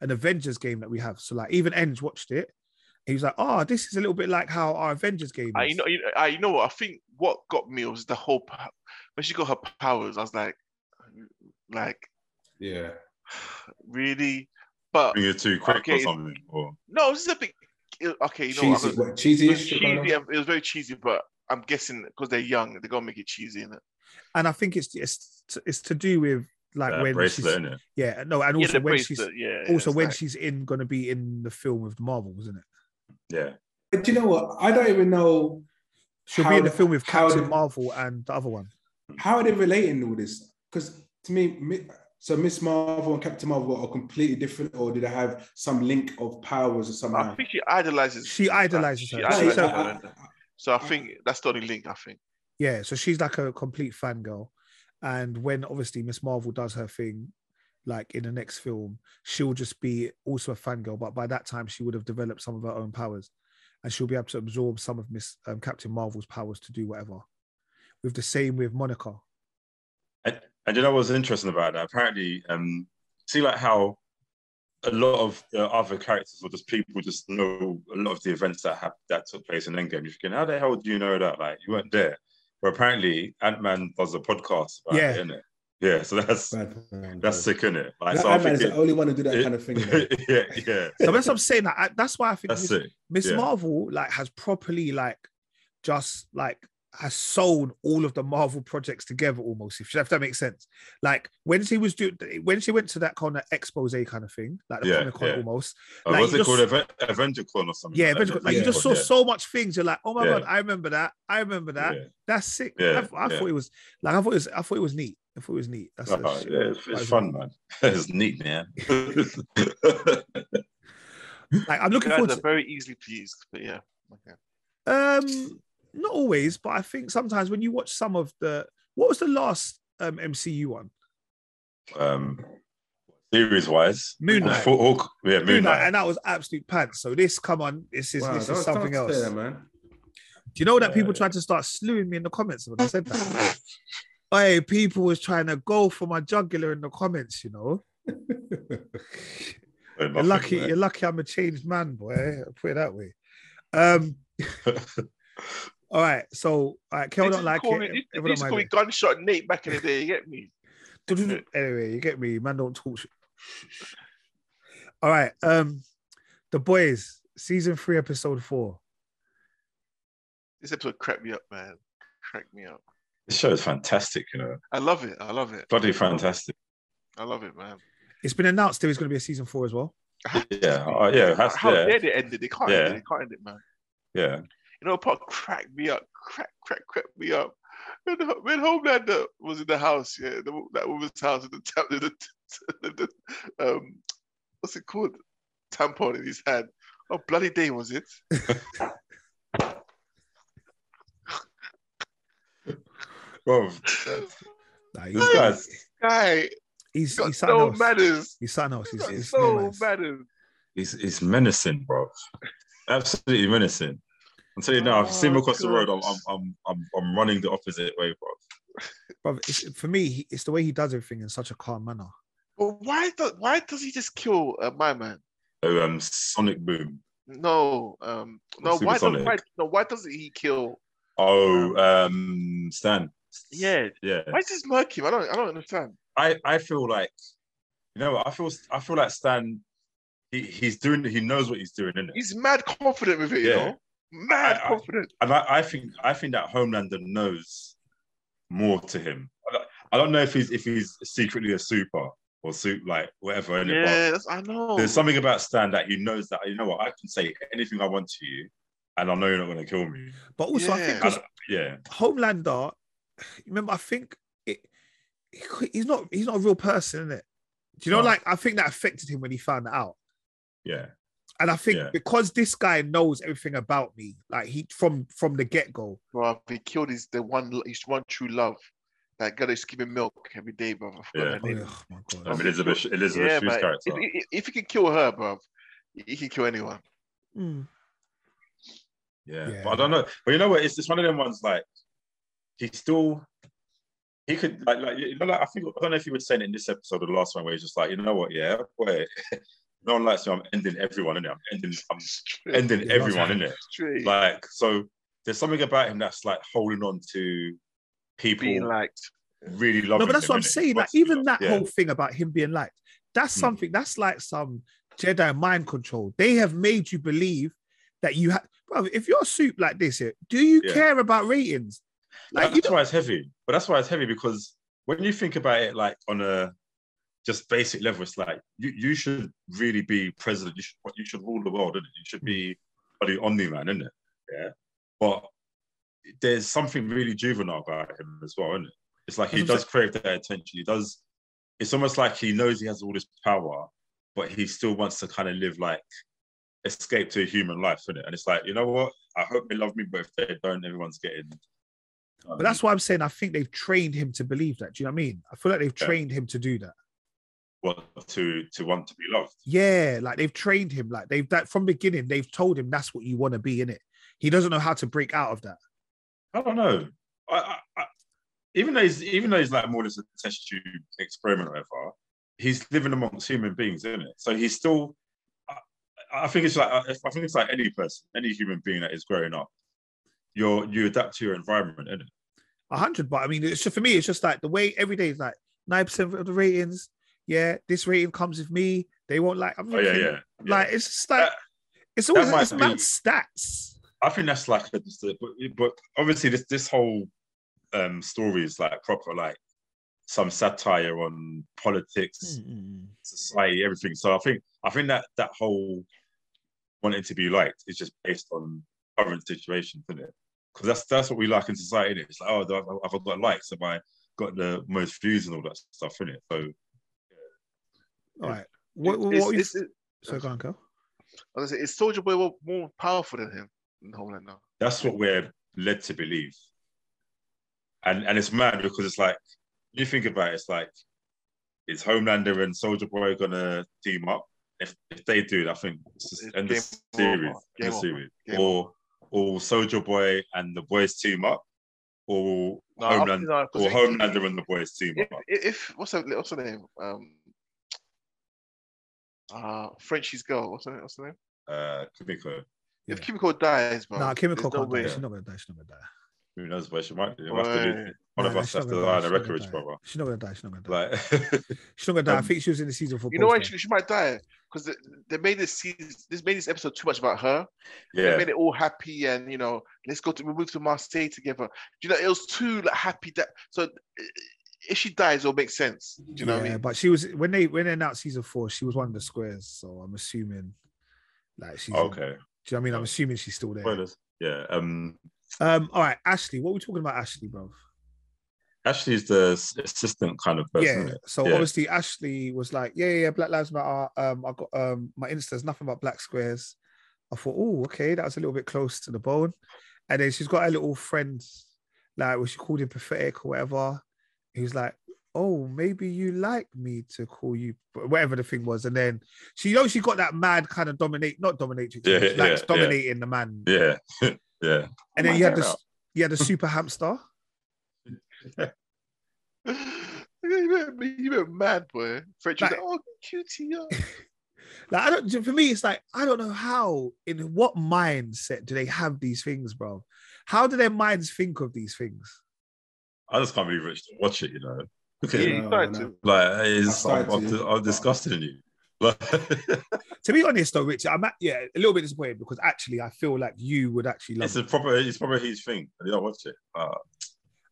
an Avengers game that we have. So like, even Enge watched it. He was like, "Oh, this is a little bit like how our Avengers game." Is. I know, you know, ah, you know what? I think what got me was the whole po- when she got her powers. I was like, like Yeah. really, but Being too quick or Okay. something. Or, no, this is a big. Okay, you know what? I'm cheesy. gonna- What, cheesy It's cheesy. um, It was very cheesy, but I'm guessing because they're young, they're gonna make it cheesy in it. and I think it's it's it's to do with like uh, when bracelet, she's innit? yeah no, and Yeah, also the when she's bracelet, yeah. yeah, also it's when like- she's in going to be in the film with Marvel, isn't it? Yeah. But do you know what? I don't even know She'll How be in the the- film with how Captain the- Marvel and the other one. how are they relating all this? Because to me, Mi- so Miss Marvel and Captain Marvel are completely different, or did they have some link of powers or somehow? I think she idolizes. She idolizes she her. No, idolizes idolizes So- I- her, I- innit? So I think that's the only link. I [laughs] think. Yeah, so she's like a complete fangirl. And when obviously Miss Marvel does her thing, like in the next film, she'll just be also a fangirl. But by that time, she would have developed some of her own powers and she'll be able to absorb some of Miss um, Captain Marvel's powers to do whatever. With the same with Monica. And you know what's interesting about that? Apparently, um, see like how a lot of uh, other characters or just people just know a lot of the events that have that took place in Endgame. You're thinking, how the hell do you know that? Like you weren't there. But apparently, Ant Man does a podcast. About Yeah. it, innit? yeah. So that's Bad man, that's bro. sick, isn't it? Like That so, I Ant-Man think is the it, only one to do that it- kind of thing. man. [laughs] yeah, yeah, So that's what I'm saying. Like, I, that's why I think that's Miss, it. Miss yeah. Marvel like has properly like just like has sewn all of the Marvel projects together almost, if, if that makes sense. Like when she was doing when she went to that kind of expose kind of thing, like the Yeah, Comic Con yeah. almost. Uh, Like, what's you it called? just- Aven- Avenger Con or something? Yeah, like that. eventually, like you just saw Yeah. so much things. You're like, oh my Yeah. god, I remember that. I remember that. Yeah. That's sick. Yeah, I, I yeah. thought it was like I thought it was I thought it was neat. I thought it was neat. That's, Oh, that's yeah, it's, Like, it's fun, man. [laughs] it's neat, man. [laughs] Like I'm looking Guys forward are to very easily pleased, but yeah. Okay. um not always, but I think sometimes when you watch some of the what was the last um MCU one? um, series wise, Moon Knight. yeah, Moon Knight. and that was absolute pants. So this, come on, this is Wow, this don't- is something don't else. say that, man. Do you know that Yeah, people yeah. tried to start slewing me in the comments when I said that? hey, people was trying to go for my jugular in the comments, you know. Nothing, You're lucky, man. you're lucky I'm a changed man, boy. I'll put it that way. Um [laughs] all right, so all right, Kel don't They used to like call it. me- they- They everyone used to don't call me mind gunshot Nate back in the day. You get me? it. Anyway, you get me, man don't talk shit. All right, um The Boys, season three, episode four. This episode cracked me up, man. Cracked me up. this show is fantastic, you know, I love it. I love it. bloody fantastic. I love it, man. It's been announced there is going to be a season four as well. Yeah, oh, yeah, that's, How yeah, dare they end it? They can't end Yeah. it. They can't end it, man. yeah. You know, part cracked me up, crack, crack, crack me up. When, when Homelander was in the house, yeah, the, that woman's house, with the, tam- with the, the, the um, what's it called? Tampon in his hand. Oh, bloody day was it? Well, Nah, he's, this guy's Guy, he's, got he's something no else. manners. He's something else. He's He's, got he's something no else. manners. he's, he's menacing, bro. Absolutely menacing. I'm telling you now, if you see him Oh, across the God. road, I'm, I'm, I'm, I'm, I'm running the opposite way, bro. Bruv, it's, for me, he- it's the way he does everything in such a calm manner. But why, do, why does he just kill uh, my man? So, um, Sonic Boom. No, um, no. Why does Supersonic. why, no? Why doesn't he kill? Oh, um, Stan. Yeah. Yeah. Why does this murk him? I don't. I don't understand. I I feel like you know what, I feel I feel like Stan he, he's doing he knows what he's doing in it He's mad confident with it, you Yeah. know. Mad I- I- confident. and I, I think I think that Homelander knows more to him I don't- I don't know if he's if he's secretly a super or soup like whatever innit? But Yes, I know. there's something about Stan that he knows that you know what I can say anything I want to you and I know you're not going to kill me But also, I think Yeah. 'cause yeah Homelander, [sighs] remember, I think it, he- he's not he's not a real person, is it? Do you know, No. like I think that affected him when he found that out. yeah And I think Yeah. because this guy knows everything about me, like he from from the get go, Bro, he killed his the one his one true love. That girl is giving milk every day, bro. I forgot Yeah. her oh name. yeah, my I god, mean, Um, Elizabeth Elizabeth Yeah, Shue's man. character If, if, if he can kill her, bro, he can kill anyone. [laughs] Hmm. Mm. Yeah, Yeah. but I don't know. But you know what? It's it's one of them ones like he still he could like like you know like I think I don't know if you were saying it in this episode or the last one where he's just like you know what yeah boy [laughs] no one likes me I'm ending everyone in it I'm ending I'm Straight, ending Yeah, everyone in it straight. like so there's something about him that's like holding on to people being liked. really loving no, but that's him, what I'm innit? saying. Like Wants to be even loved. that yeah. whole thing about him being liked, that's Hmm. something that's like some Jedi mind control. They have made you believe that you have. Bro, if you're a soup like this, here, do you Yeah. care about ratings? Like you that's don't. why it's heavy. But that's why it's heavy because when you think about it, like on a just basic level, it's like you, you should really be president. You should you should rule the world, is You should be Hmm. bloody Omni Man, isn't it? Yeah. But there's something really juvenile about him as well, isn't it? It's like he That's what I'm does crave that attention. He does. It's almost like he knows he has all this power, but he still wants to kind of live like escape to a human life, isn't it? And it's like, you know what? I hope they love me, but if they don't, everyone's getting. But that's why I'm saying I think they've trained him to believe that. Do you know what I mean? I feel like they've Yeah. trained him to do that. what to to want to be loved. Yeah, like they've trained him. Like they've that from beginning. They've told him that's what you want to be in it. He doesn't know how to break out of that. I don't know. I, I, I even though he's even though he's like more just a test tube experiment or whatever, he's living amongst human beings, isn't it? So he's still. I, I think it's like I think it's like any person, any human being that is growing up. You're you adapt to your environment, innit? A hundred, but I mean, it's just for me. It's just like the way every day is like nine percent of the ratings. Yeah, this rating comes with me. They won't like. I'm Oh yeah, thinking, yeah. yeah. Like it's just like That- it's always might it's be- mad stats. I think that's like, a, just a- but, but obviously this this whole um, story is like proper like some satire on politics, Hmm. Mm-hmm. society, everything. So I think I think that that whole wanting to be liked is just based on current situations, isn't it? Because that's that's what we like in society. innit? It's like, oh, do I- have I got likes? Am I got the most views and all that stuff in it. So All right. What, what, It's- what it's- you, it's- so go on, Kel. I was gonna say, is Soldier Boy more, more powerful than him in Homeland now? that's what we're led to believe. And and it's mad because it's like you think about it, it's like is Homelander and Soldier Boy gonna team up? If if they do, I think it's just It's end the game series. over. End Game the over. series. Game Or or Soldier Boy and the boys team up, or No, I Homeland think, uh, 'cause or if- Homelander and the boys team If, up. if if- what's her what's her name? Um, uh, Frenchie's girl. What's her name? What's her name? Uh, Kimiko, If Kimiko dies, bro, Nah, Kimiko there's no can't way. die. She's not gonna die. She's not gonna die. who knows where she might be. We'll have to do- Right. One Nah, of nah, us she's not has to lie gonna die, on the she's not record, gonna die. brother. She's not gonna die. She's not gonna die. Like [laughs] she's not gonna die. I um, think she was in the season for. You know why poster. she, she might die? Because they, they made this season, this made this episode too much about her. They yeah. made it all happy and you know, let's go to we move to Marseille together. Do you know it was too like happy that so i- if she dies, it'll make sense. Do you know what I Yeah, mean? But she was when they when they announced season four, she was one of the squares. So I'm assuming, like she's. in- Okay. do you know what I mean? I'm assuming she's still there. Spoilers. Yeah. Um Um. All right, Ashley. What are we talking about, Ashley, bro? Ashley is the s- assistant kind of person. yeah. isn't it? So Yeah. obviously Ashley was like, yeah, yeah, yeah, Black Lives Matter. Um, I got um my Insta's nothing but black squares. I thought, oh, okay, that was a little bit close to the bone. And then she's got her little friend, like what she called him pathetic or whatever. He was like, Oh, maybe you like me to call you whatever the thing was. And then she you know she got that mad kind of dominate, not dominatrix, Yeah, like yeah, yeah. dominating the man. Yeah. [laughs] yeah. Oh And then my you had God. the you had the super hamster. [laughs] you went, you went mad, boy. Frenchie's Like- like, oh cutie. [laughs] yeah." Like I don't for me, it's like I don't know how in what mindset do they have these things, bro? How do their minds think of these things? I just can't believe Rich to watch it, you know. Because Yeah, you No, started no. to. like I it's, started I'm, I'm, to- I'm disgusted in you. [laughs] Like, To be honest though, Richard, I'm at, yeah, a little bit disappointed because actually I feel like you would actually love it's it. a proper it's probably his thing. I don't watch it. Uh,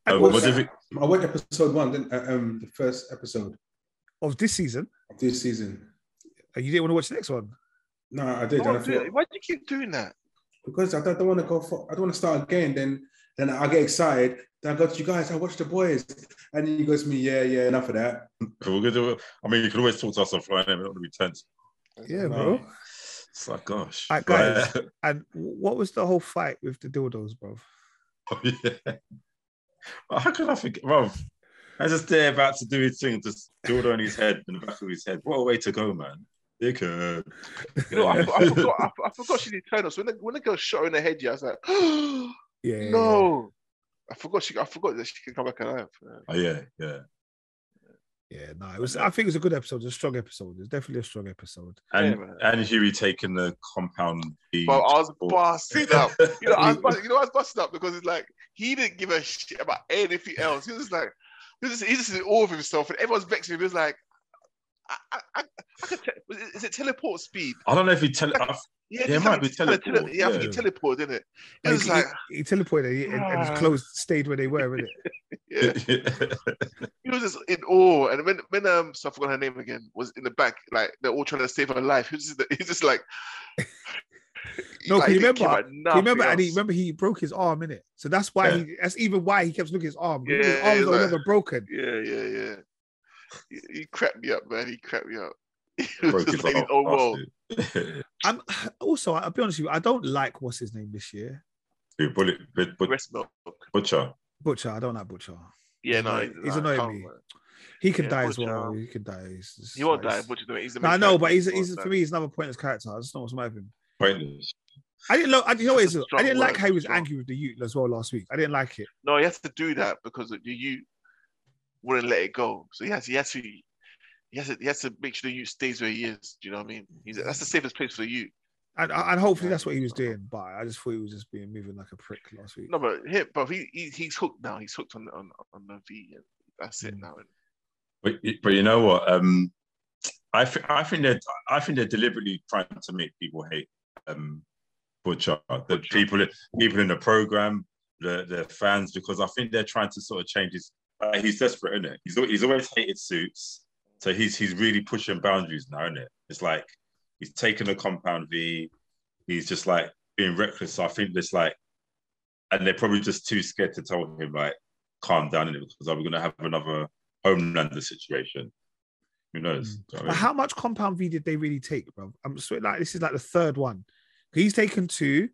I um, watched what do you that. think? I watched episode one, didn't I? um, the first episode of this season. of this season. And you didn't want to watch the next one. No, I did. Oh, and I thought- dude, Why do you keep doing that? because I don't, want to go for, I don't want to start again. Then then I get excited. Then I go to you guys. I watch the boys, and then you go to me. Yeah, yeah, enough of that. We're gonna do it. I mean, you can always talk to us offline. We're not gonna be tense. Yeah, No. bro. It's like, gosh, Alright, guys. Like, And what was the whole fight with the dildos, bro? [laughs] oh, yeah. But How could I forget, bro? I just there about to do his thing, just dildo on his head in the back of his head. What a way to go, man! Dickhead. You know, I, [laughs] for- I forgot. I, I forgot she did turn us. When the, when the girl shot her in the head, yeah, I was like, [gasps] Yeah. yeah, no. I forgot she. I forgot that she could come back alive. Yeah. Oh yeah, yeah. Yeah, Yeah, no, it was I think it was a good episode, a strong episode. It's definitely a strong episode. And man. and Huey taking the compound B. But [laughs] I was Oh. busting up. You know, I was busting, you know, I was busting up because it's like he didn't give a shit about anything else. He was just like, he was just, he was just in awe of himself, and everyone's vexing him. He was like, I, I, I, I could te- was it- is it teleport speed? I don't know if he tell. I, Yeah, it he might kinda- be kinda teleport, yeah, I think he yeah. teleport, didn't it? It He, was like, he, he teleported and, and Ah. his clothes stayed where they were, innit? [laughs] [laughs] yeah. he was just in awe. And when when um, so I forgot her name again, was in the back, like they're all trying to save her life. He was just, he was just like, No, can he you didn't care remember- about Do you remember? nothing And he else. remember he broke his arm in it, so that's why Yeah. he. That's even why he kept looking at his arm. Yeah, his Yeah, arm it's was like- never broken. Yeah, yeah, yeah. He, he cracked me up, man. He cracked me up. [laughs] He was Broke his just like, arm, oh, well. bastard. [laughs] I'm [sighs] also. I'll be honest with you. I don't like what's his name this year, Dude, bullet, but, but, Breast milk. butcher. Butcher. I don't like Butcher. Yeah, no, He's nah, annoying come me. on. He can Yeah, die as Butcher. well. He can die. He's, it's He won't like- die, but you know, he's the No, main I know, but character, he's, he won't he's die. for me. He's another pointless character. I just don't know what's mad with him. Pointless. I didn't know. I you know what it That's is. a I strong didn't like word, how he was strong. angry with the Ute as well last week. I didn't like it. No, he has to do that because you you wouldn't let it go. So he has, he has to, he has to, he has to make sure the youth stays where he is. Do you know what I mean? He's, that's the safest place for you. And, and hopefully that's what he was doing, but I just thought he was just being moving like a prick last week. No, but him, but he, he he's hooked now. He's hooked on on on the V. And that's it Mm. now. But, but you know what? Um, I th- I think they're I think they're deliberately trying to make people hate um, butcher the Butcher. people people in the program the the fans because I think they're trying to sort of change his. Uh, he's desperate, isn't it? He's al- he's always hated suits, so he's he's really pushing boundaries now, isn't it? It's like he's taking a compound V. He's just like being reckless. So I think it's like, and they're probably just too scared to tell him like, calm down in it because are we going to have another Homelander situation? Who knows? Do you know what I But mean? how much compound V did they really take, bro? I'm swear like this is like the third one. He's taken two.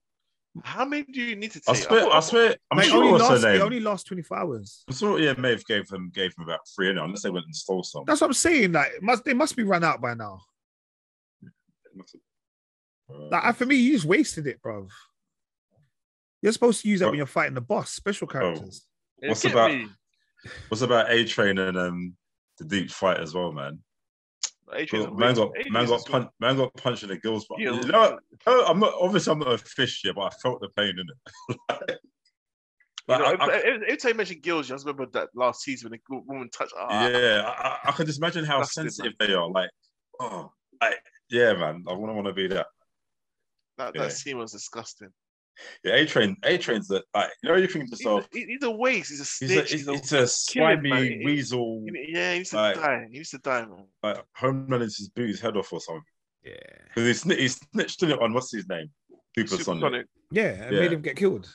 How many do you need to take? I I swear, thought- I swear, I'm Mate, sure only what's her last, name. it only last 24 hours. I'm sure, yeah, Maeve gave him gave him about three, and unless they went and stole some. That's what I'm saying. Like, it must they must be run out by now? uh, Like, I- for me, you just wasted it, bro. You're supposed to use that when you're fighting the boss, special Oh. characters. You What's get about- me? What's about A Train and um, the Deep fight as well, man? Adrian's a Man got waste. man Adrian's got a- punched. Man got punched in the gills. But Yeah. you know, what? I'm not obviously I'm not a fish here, but I felt the pain in it. [laughs] You like, know, I- I- every, every- every time you mention Gills, I just remember that last season when the woman touched. Ah, yeah, I, I- I can just imagine how That's good, sensitive they are. Like, oh, like, yeah, man, I wouldn't want to be that. that, that yeah. scene was disgusting. Yeah, A Train, A Train's that. Like, you know, you think to He's, yourself, he- he's a waste. He's a he's snitch. a, He's he's, a, he's a kill him, slimy man. He- weasel. yeah, he used to Like- die. He used to die, man. Like, homelanding his boo's head off or something Yeah. because he, sni he snitched in it on what's his name, Super Sonic. Supersonic. Yeah, and Yeah. made him get killed.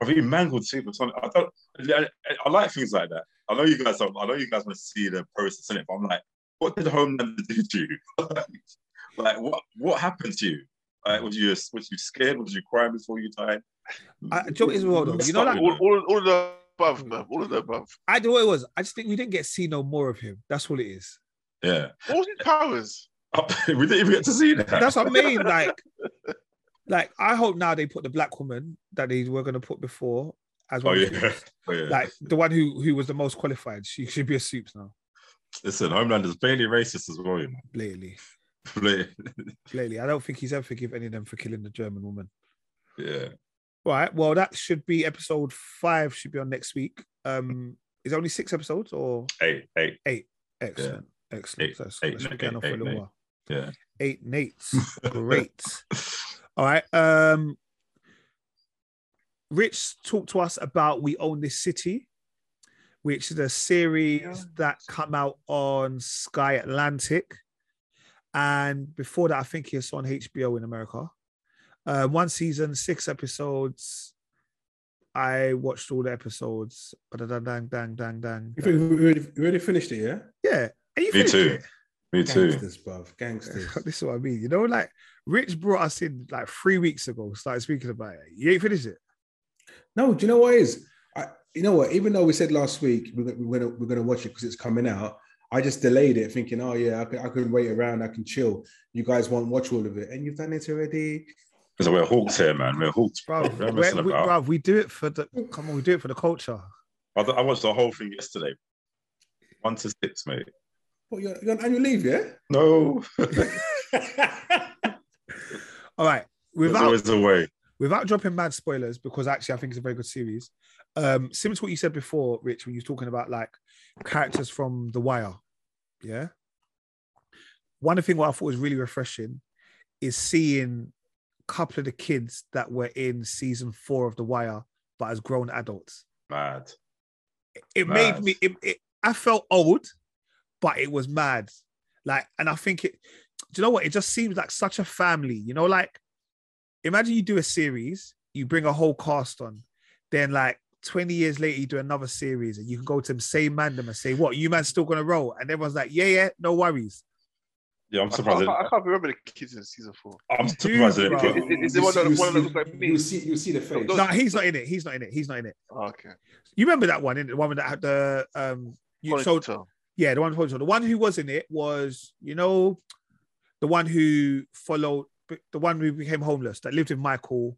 I think he mangled Super Sonic. I don't. I, I- I like things like that. I know you guys. Don't, I know you guys want to see the process in it, but I'm like, what did Homelander [laughs] do to you? like, what what happened to you? Like, was you was you scared? Was you crying before you died? I- do you know what it is as well, though? You know, Stop like- it, All, man. all, all of the above, man. All of the above. I do what it was. I just think we didn't get to see no more of him. That's all [laughs] it is. yeah, All his powers. we didn't even get to see that. That's what I mean. Like, like I hope now they put the black woman that they were gonna put before as oh well. yeah, oh, yeah. Like the one who who was the most qualified. She should be a soups now, Listen, Homelander's barely racist as well, you know. lately. Blatantly. Lately. I don't think he's ever forgive any of them for killing the German woman. yeah. Right. Well, that should be episode five. Should be on next week. Um, is it only six episodes or Hey, hey, excellent? Excellent. Eight- so that's, eight that should be Nate- going on for a eight little Nate. while. Yeah. Eight [laughs] Nates. Great. All right. Um, Rich talked to us about We Own This City, which is a series that come out on Sky Atlantic. And before that, I think it's on HBO in America. Uh, one season, six episodes. I watched all the episodes. Dang, dang, dang, dang, dang. You think we already, we already finished it, yeah? Yeah. And you Me finished too. it. Me too. Gangsters, bruv. Gangsters. [laughs] this is what I mean. You know, like Rich brought us in like three weeks ago, started speaking about it. You ain't finished it. No, do you know what it is? I, you know what? Even though we said last week we're, gonna- we're gonna we're gonna watch it because it's coming out, I just delayed it, thinking, oh yeah, I can, I can wait around, I can chill. You guys won't watch all of it, and you've done it already. So we're hawks here, man. We're hawks, bro. Bro, We're we, messing we- about. bruv, we do it for the come on, we do it for the culture. I, th- I watched the whole thing yesterday. One to six, mate. What you're, you're on annual leave, yeah? No, All right. there's Without always a way. without dropping mad spoilers, because actually I think it's a very good series. Um, similar to what you said before, Rich, when you were talking about like characters from The Wire. Yeah. One thing what I thought was really refreshing is seeing a couple of the kids that were in season four of The Wire, but as grown adults. Mad. it made Mad. me it, it, i felt old but it was mad like and i think it do you know what it just seems like such a family you know like imagine you do a series you bring a whole cast on then like 20 years later you do another series and you can go to the same man them and say what you man still gonna roll and everyone's like yeah yeah no worries Yeah, I'm I can't, surprised. it- I can't remember the kids in season four. I'm surprised. it Dude, didn't bro. put- Is- is it one that- You see- one that looks like me? You see, you see the face. Those- no he's not in it he's not in it he's not in it Oh, okay. you remember that one in the one that had the um you, so Ponytail. Yeah, the one who the one who was in it was you know, the one who followed the one who became homeless that lived with Michael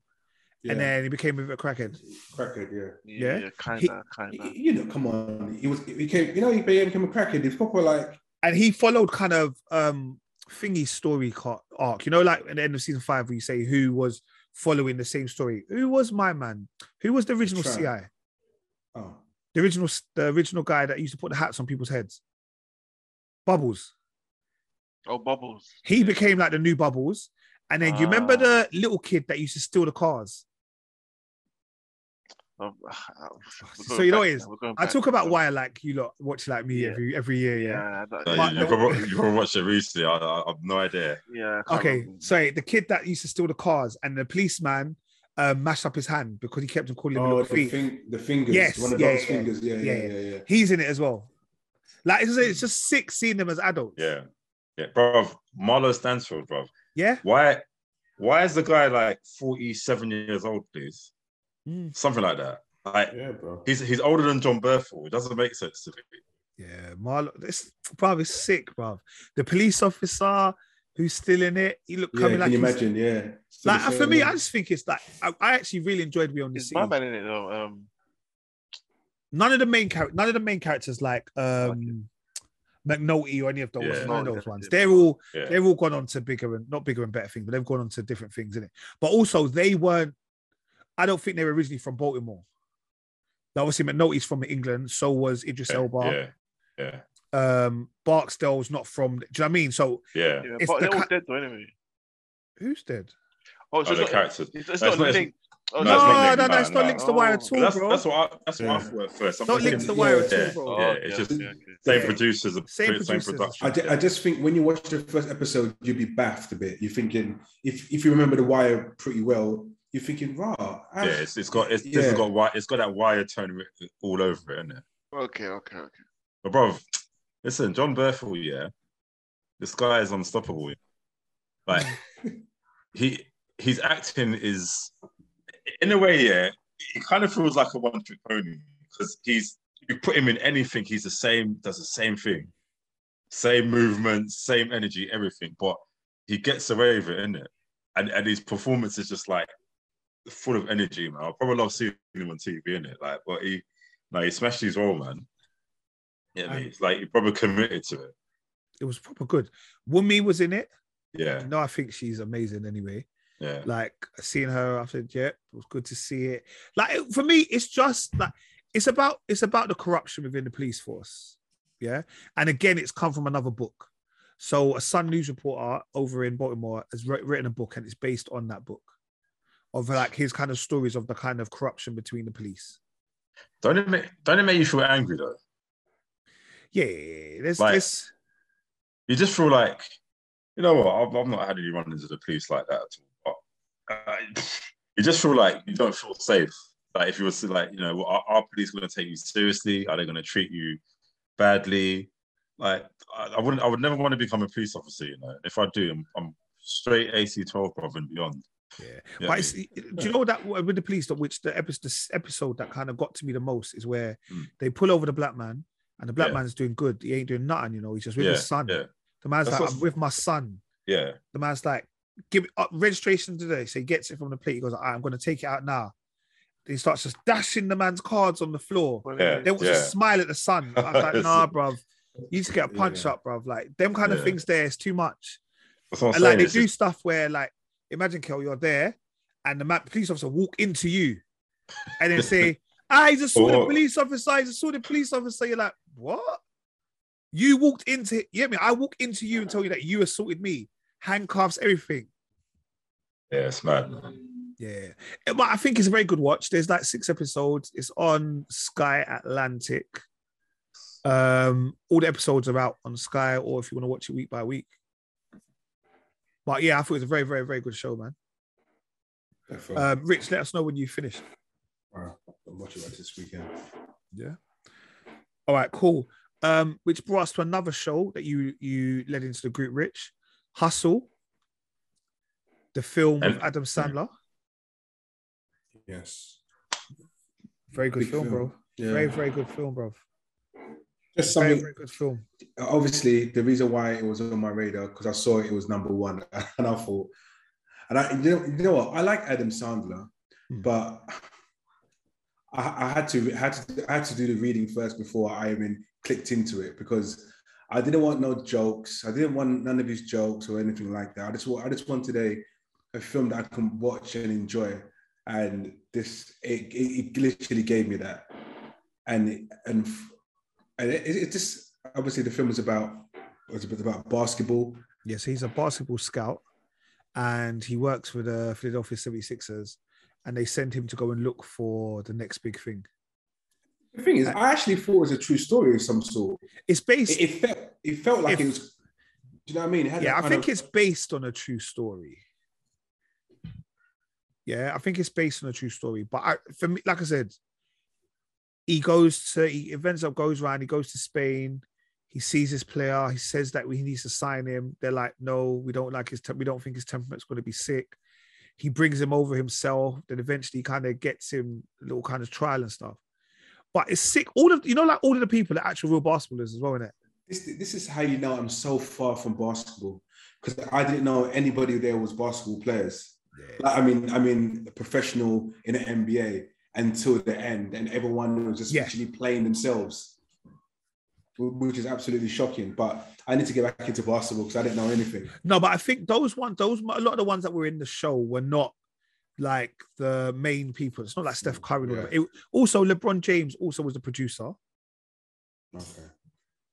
Yeah. and then he became with a crackhead. crackhead, yeah. Yeah. yeah He- kinda, kinda. You know, come on. He was, he became, you know, he became a crackhead. He's proper like, And he followed kind of um Thingy's story ca- arc, you know, like at the end of season five where you say who was following the same story. Who was my man? Who was the original Sure. CI? oh, The original the original guy that used to put the hats on people's heads. Bubbles. Oh, bubbles. He became like the new Bubbles. And then you remember Ah. the little kid that used to steal the cars? Um, So you know what it is? [laughs] We're going I back. talk about We're- why I like you lot watch like me Yeah. every every year. Yeah. Yeah, that- Oh, No, But- you, you, probably, you probably watched it recently. I, I, I have no idea. yeah. I can't Okay. remember. So the kid that used to steal the cars and the policeman uh, mashed up his hand because he kept on calling him Oh, little the, feet. fing- the fingers. Yes, One of yeah, those yeah, fingers. Yeah, yeah, yeah, yeah, yeah. He's in it as well. Like it's just, Hmm. it's just sick seeing them as adults. Yeah. Yeah, bro. Marlo Stansfield, bro. Yeah. Why why is the guy like 47 years old, please? Mm. Something like that. Like Yeah, bro. he's he's older than John Burford. It doesn't make sense to me. Yeah, Marlo, this bruv is sick, bruv. The police officer who's still in it, he looked Yeah, coming can like you he's- imagine? Yeah. Still like uh, the for same, me, yeah. I just think it's like I, I actually really enjoyed Beyond the Is City. my man in it though? Um, None of the main character, none of the main characters like like um McNulty or any of those, Yeah. none of those McNulty, ones. yeah. They're all Yeah. they've all gone on to bigger and not bigger and better things, but they've gone on to different things in it. But also they weren't. I don't think they were originally from Baltimore. Now, obviously, McNulty's from England. So was Idris Elba. Yeah. Yeah. Um, Barksdale's not from. Do you know what I mean? So Yeah. yeah, It's but the they're all ki- dead though anyway. who's dead? Oh, Other so it's, not, characters. it's, it's No, not it's not- it's- linked. no, Oh, No, it's it's not no, linked no, to Mine, no. it's not linked to the wire Oh. at all, That's, bro. that's what I, that's what I Yeah. thought at first. I'm Not linked thinking to the it's- wire yeah, at all, yeah, bro. Oh, yeah, okay, it's okay, just- okay. Same Yeah. producers, Same same, same producers. production. I, ju- I just think when you watch the first episode, you'd be baffed a bit. You're thinking, if if you remember The Wire pretty well, you're thinking, rah. ah, I- yeah, it's, it's got it's, this Yeah. has got wire, it's got that wire turn written all over it, isn't it? Okay, okay, okay. But bro, listen, John Burford, yeah, this guy is unstoppable. yeah. Like he his acting is in a way, yeah, it kind of feels like a one trick pony because he's you put him in anything, he's the same, does the same thing, same movement, same energy, everything. But he gets away with it, innit? And and his performance is just like full of energy, man. I probably love seeing him on TV, innit? Like, but he like he smashed his role, man. Yeah, I mean, And- it's like he probably committed to it. It was proper good. Wumi was in it. Yeah, No, I think she's amazing anyway. yeah, Like seeing her, I said, yeah, it was good to see it. Like it- for me, it's just like it's about it's about the corruption within the police force. Yeah. And again, it's come from another book. So a Sun News reporter over in Baltimore has wri- written a book and it's based on that book of like his kind of stories of the kind of corruption between the police. Don't it make don't it make you feel angry though? Yeah, yeah, yeah. There's, Like- there's you just feel like, you know what, I've, I've not had any run-ins with the police like that at all. But, uh, [laughs] you just feel like you don't feel safe. Like if you were to like, you know, well, are, are police going to take you seriously? Are they going to treat you badly? Like I, I wouldn't, I would never want to become a police officer. You know, if I do, I'm, I'm straight AC twelve, brother, and beyond. yeah. You know what I But it's, mean? do you know that with the police, that which the episode, the episode that kind of got to me the most is where Mm. they pull over the black man, and the black Yeah. man's doing good. He ain't doing nothing, you know. He's just with yeah, his son. yeah, The man's That's like, what- I'm with my son. yeah, The man's like, give me up registration today. So he gets it from the plate. He goes, "Alright, I'm going to take it out now. He starts just dashing the man's cards on the floor. Well, Yeah. They want to smile at the sun. I was like, [laughs] nah, bruv. You need to get a punch Yeah. up, bruv. Like them kind of Yeah. things there is too much. That's what I'm And like saying. they It's do just- stuff where like imagine Kel, you're there and the ma- police officer walk into you and [laughs] then say, "Ah, I just saw the Or- police officer, I just saw the police officer. You're like, what? You walked into you know what I mean? I walked into you and told you that you assaulted me, handcuffs, everything. yeah, it's mad. Man. Yeah. Eh, But I think it's a very good watch. There's like six episodes. It's on Sky Atlantic. Um, all the episodes are out on Sky, or if you want to watch it week by week. But yeah, I thought it was a very, very, very good show, man. Definitely. Um, Rich, let us know when you finish. Wow. I'm watching that this weekend. Yeah. All right, cool. Um, which brought us to another show that you you led into the group, Rich. Hustle, the film with And- Adam Sandler. Yes. Very good Big film, film. bro. Yeah. Very, very good film, bro. Just Very, something. very good film. Obviously, the reason why it was on my radar because I saw it was number one, [laughs] and I thought, and I, you know, you know what? I like Adam Sandler, Hmm. but I, I had to had to I had to do the reading first before I even clicked into it because I didn't want no jokes. I didn't want none of his jokes or anything like that. I just wa- I just wanted a, a film that I can watch and enjoy. And this it, it, it literally gave me that. And and and it, it, it just obviously the film was about was about basketball. Yes, he's a basketball scout and he works for the Philadelphia 76ers. And they send him to go and look for the next big thing. The thing is, I actually thought it was a true story of some sort. It's based, It, it felt it felt like If- it was. Do you know what I mean? It had yeah, that I kind think of- it's based on a true story. Yeah, I think it's based on a true story. But I, for me, like I said, he goes to he events up, goes around, he goes to Spain, he sees his player, he says that he needs to sign him. They're like, no, we don't like his tem- we don't think his temperament's going to be sick. He brings him over himself, then eventually kind of gets him a little kind of trial and stuff. But it's sick. All of you know, like all of the people are actual real basketballers as well, innit? This, this is how you know I'm so far from basketball because I didn't know anybody there was basketball players. Like, I mean, I mean, professional in the NBA until the end, and everyone was just Yeah. actually playing themselves, wh- which is absolutely shocking. But I need to get back into basketball because I didn't know anything. No, but I think those ones, those a lot of the ones that were in the show were not like the main people. It's not like Steph Curry. or Yeah. whatever. It, also, LeBron James also was the producer. Okay.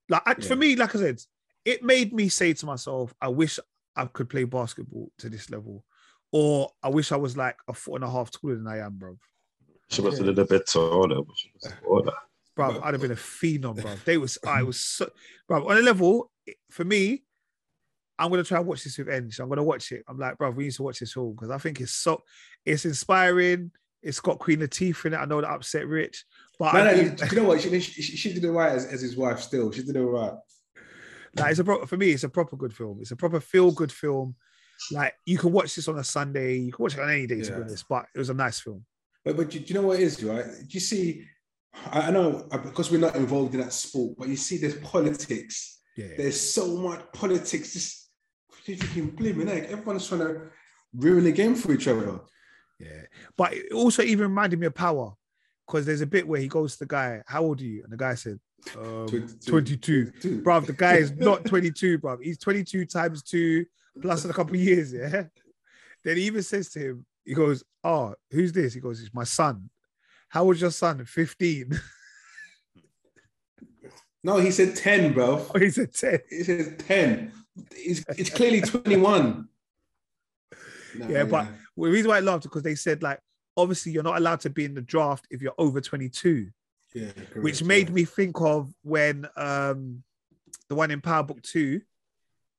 Like I, Yeah. for me, like I said, it made me say to myself, I wish I could play basketball to this level, or I wish I was like a foot and a half taller than I am, bro. She was a little bit taller. but she was [laughs] taller. bro. But- I'd have been a phenom, bro. They was, [laughs] I was so, bro. On a level, it- for me, I'm gonna try and watch this with Enge. I'm gonna watch it. I'm like, bro, we need to watch this film because I think it's so, it's inspiring. It's got Queen Latifah in it. I know that upset Rich, but No, I no, you, think- you know what? She, she, she did it right as, as his wife. Still, she did it right. like it's a pro- for me, it's a proper good film. It's a proper feel good film. Like you can watch this on a Sunday, you can watch it on any day to be Yeah. honest. But it was a nice film. But but do you know what it is, right? Do you see? I I know uh, because we're not involved in that sport, but you see, there's politics. Yeah, There's so much politics. Just freaking blimmin' egg. Everyone's trying to ruin the game for each other. yeah. But it also even reminded me of Power because there's a bit where he goes to the guy, "How old are you?" and the guy said, um, Twen- "22." Dude. bruv, the guy is not 22, bruv. He's 22 times two plus in a couple of years, yeah. Then he even says to him, he goes, Oh, who's this? He goes, It's my son. How old's your son? 15. No, he said ten, bro. [laughs] Oh, he's a 10. He said ten. It's, it's clearly twenty-one. No, Yeah, but- Well, the reason why I laughed because they said, like, obviously you're not allowed to be in the draft if you're over 22, yeah, which correct, made yeah. me think of when um the one in Power Book 2,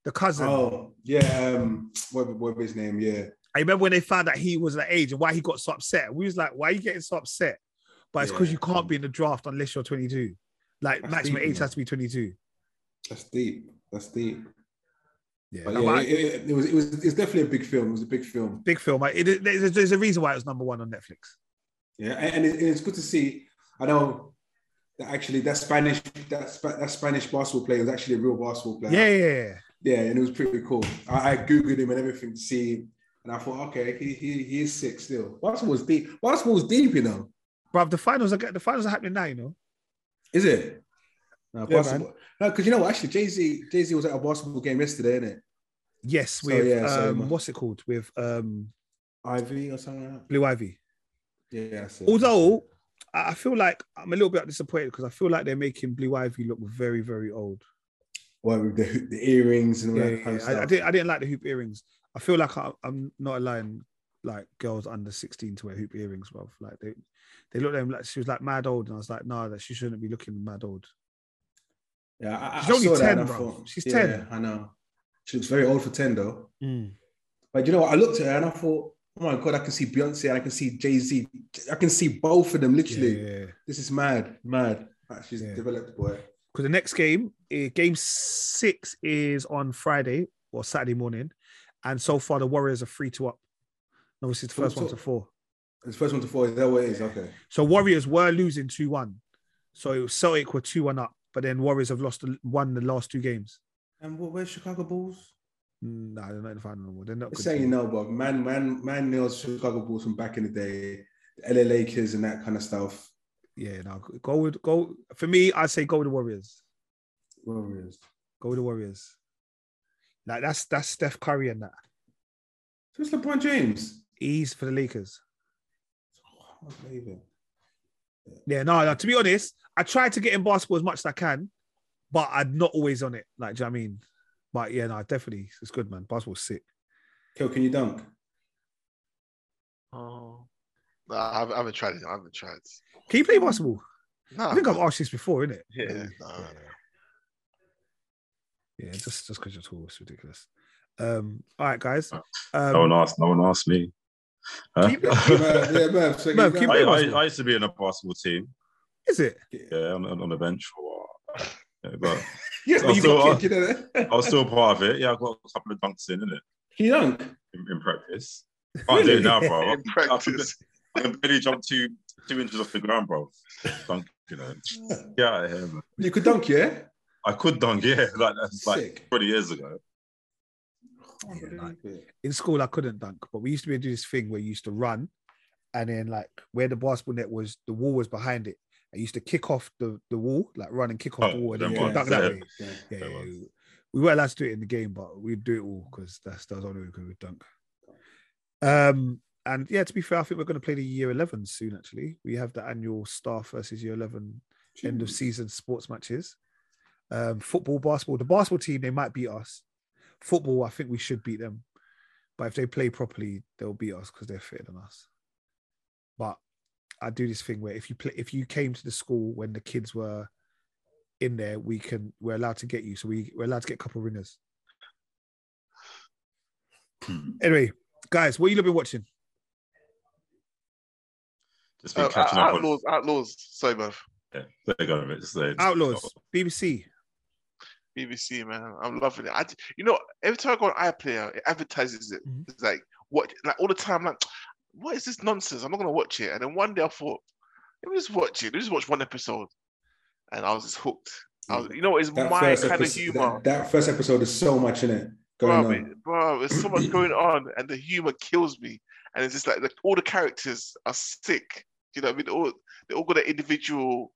the cousin. Oh yeah, um, what, what was his name? Yeah, I remember when they found out he was that age and why he got so upset. We was like, why are you getting so upset? But it's because Yeah. you can't be in the draft unless you're 22. Like That's maximum deep, age man. has to be 22. that's deep. That's deep. Yeah, But yeah, it, it- it was it was it's definitely a big film. It was a big film. big film. Like, it- it- there's, there's a reason why it was number one on Netflix. Yeah, and, and it- and it's good to see. I know that actually that Spanish that, Spa- that Spanish basketball player was actually a real basketball player. Yeah, yeah, yeah. yeah, and it was pretty cool. I, I googled him and everything to see, and I thought, okay, he he, he is sick still. Basketball's deep. Basketball's deep, you know. Bruv, the finals are get- the finals are happening now. You know, Is it? No, Yeah, basketball. No, because you know what? Actually, Jay Z Jay Z was at a basketball game yesterday, isn't it? yes, So, with yeah, so- um, what's it called with um, Ivy or something like that. Blue Ivy. Yeah. that's it. Although I I feel like I'm a little bit disappointed because I feel like they're making Blue Ivy look very, very old. what with the, the earrings and all yeah, that kind of yeah. stuff. I, I didn't. I didn't like the hoop earrings. I feel like I, I'm not allowing like girls under 16 to wear hoop earrings, bro. Like they, they looked at him like she was like mad old, and I was like, nah, that she shouldn't be looking mad old. Yeah, I, I- She's I only saw that 10, and I bro. thought- She's yeah, 10. I know. She looks very old for 10, though. But you know what? I looked at her and I thought, oh my God, I can see Beyonce and I can see Jay Z. I can see both of them, literally. Yeah. This is mad, mad. Like, she's Yeah. developed, boy. Because the next game, eh, game six is on Friday or Saturday morning, and so far the Warriors are three to up. And obviously, it's the So- first one to so- four. It's first one to four. Is that what it is? Okay. So Warriors were losing two one, so it was Celtic were two one up, but then Warriors have lost the- won the last two games. And what, where's Chicago Bulls? No, they're not in the final no more. They're not. I'm good saying team. no, but man, man, man nails Chicago Bulls from back in the day, the LA Lakers and that kind of stuff. Yeah, no. Go with go. For me, I'd say go with the Warriors. Warriors. Go with the Warriors. Like that's that's Steph Curry and that. So it's LeBron James. He's for the Lakers. Oh, I can't believe it. Yeah, no, no. To be honest, I try to get in basketball as much as I can, but I'm not always on it. Like, do you know what I mean? But yeah, no, definitely, it's good, man. Basketball's sick. Kel, can you dunk? Oh. No, I haven't, I haven't tried it. I haven't tried. Can you play basketball? No. I think I've asked this before, innit? yeah, no. Oh, Yeah, yeah just just because you're tall, it's ridiculous. Um, all right, guys. Um, No one asked. No one asked me. Huh? Keep it. Merv, [laughs] yeah, Merv, so Merv, keep keep I, going. it. I, I used to be in a basketball team, Is it? yeah, on, on on the bench for a while. Yeah, [laughs] but Yeah, Oh, but you Also, got uh, kicked, you know that? I was still part of it. Yeah, I got a couple of dunks in, innit? Can you dunk? In, in practice. Can't do it now, bro. I [laughs] in can- [laughs] practice. I can barely jump two two inches off the ground, bro. Dunk, you know. Yeah, I hear, man. You could dunk, yeah? I could dunk, yeah. [laughs] Like that's like Sick. 20 years ago. Yeah, like- in school I couldn't dunk, but we used to be able to do this thing where you used to run, and then like where the basketball net was, the wall was behind it. I used to kick off the, the wall, like run and kick off Oh, the wall, and then them you could ones, dunk that yeah. way. Yeah. Yeah, Them yeah, ones. yeah. we weren't allowed to do it in the game, but we'd do it all because that's that was the only way we could dunk. Um, and yeah, to be fair, I think we're going to play the year eleven soon. Actually, we have the annual staff versus year eleven end of season sports matches. Um, football, basketball. The basketball team they might beat us. Football, I think we should beat them, but if they play properly, they'll beat us because they're fitter than us. But I do this thing where if you play, if you came to the school when the kids were in there, we can we're allowed to get you. So we we're allowed to get a couple ringers. Hmm. Anyway, guys, what you been watching? Just been Uh, catching up on outlaws, outlaws. Sorry, man. yeah, there you go, mate. Just there. Outlaws, BBC. BBC, man. I'm loving it. I, d- you know, every time I go on iPlayer, it advertises it. Mhm. It's like what, like all the time. Like, what is this nonsense? I'm not gonna watch it. And then one day I thought, let me just watch it. Let me just watch one episode, and I was just hooked. I Mm. was, you know, it's That my first kind of episode- humor, That, that first episode is so much in it going bro. on. it- Bro, there's so much going on, and the humor kills me. And it's just like, like all the characters are sick. You know what I mean? They all they all got their individual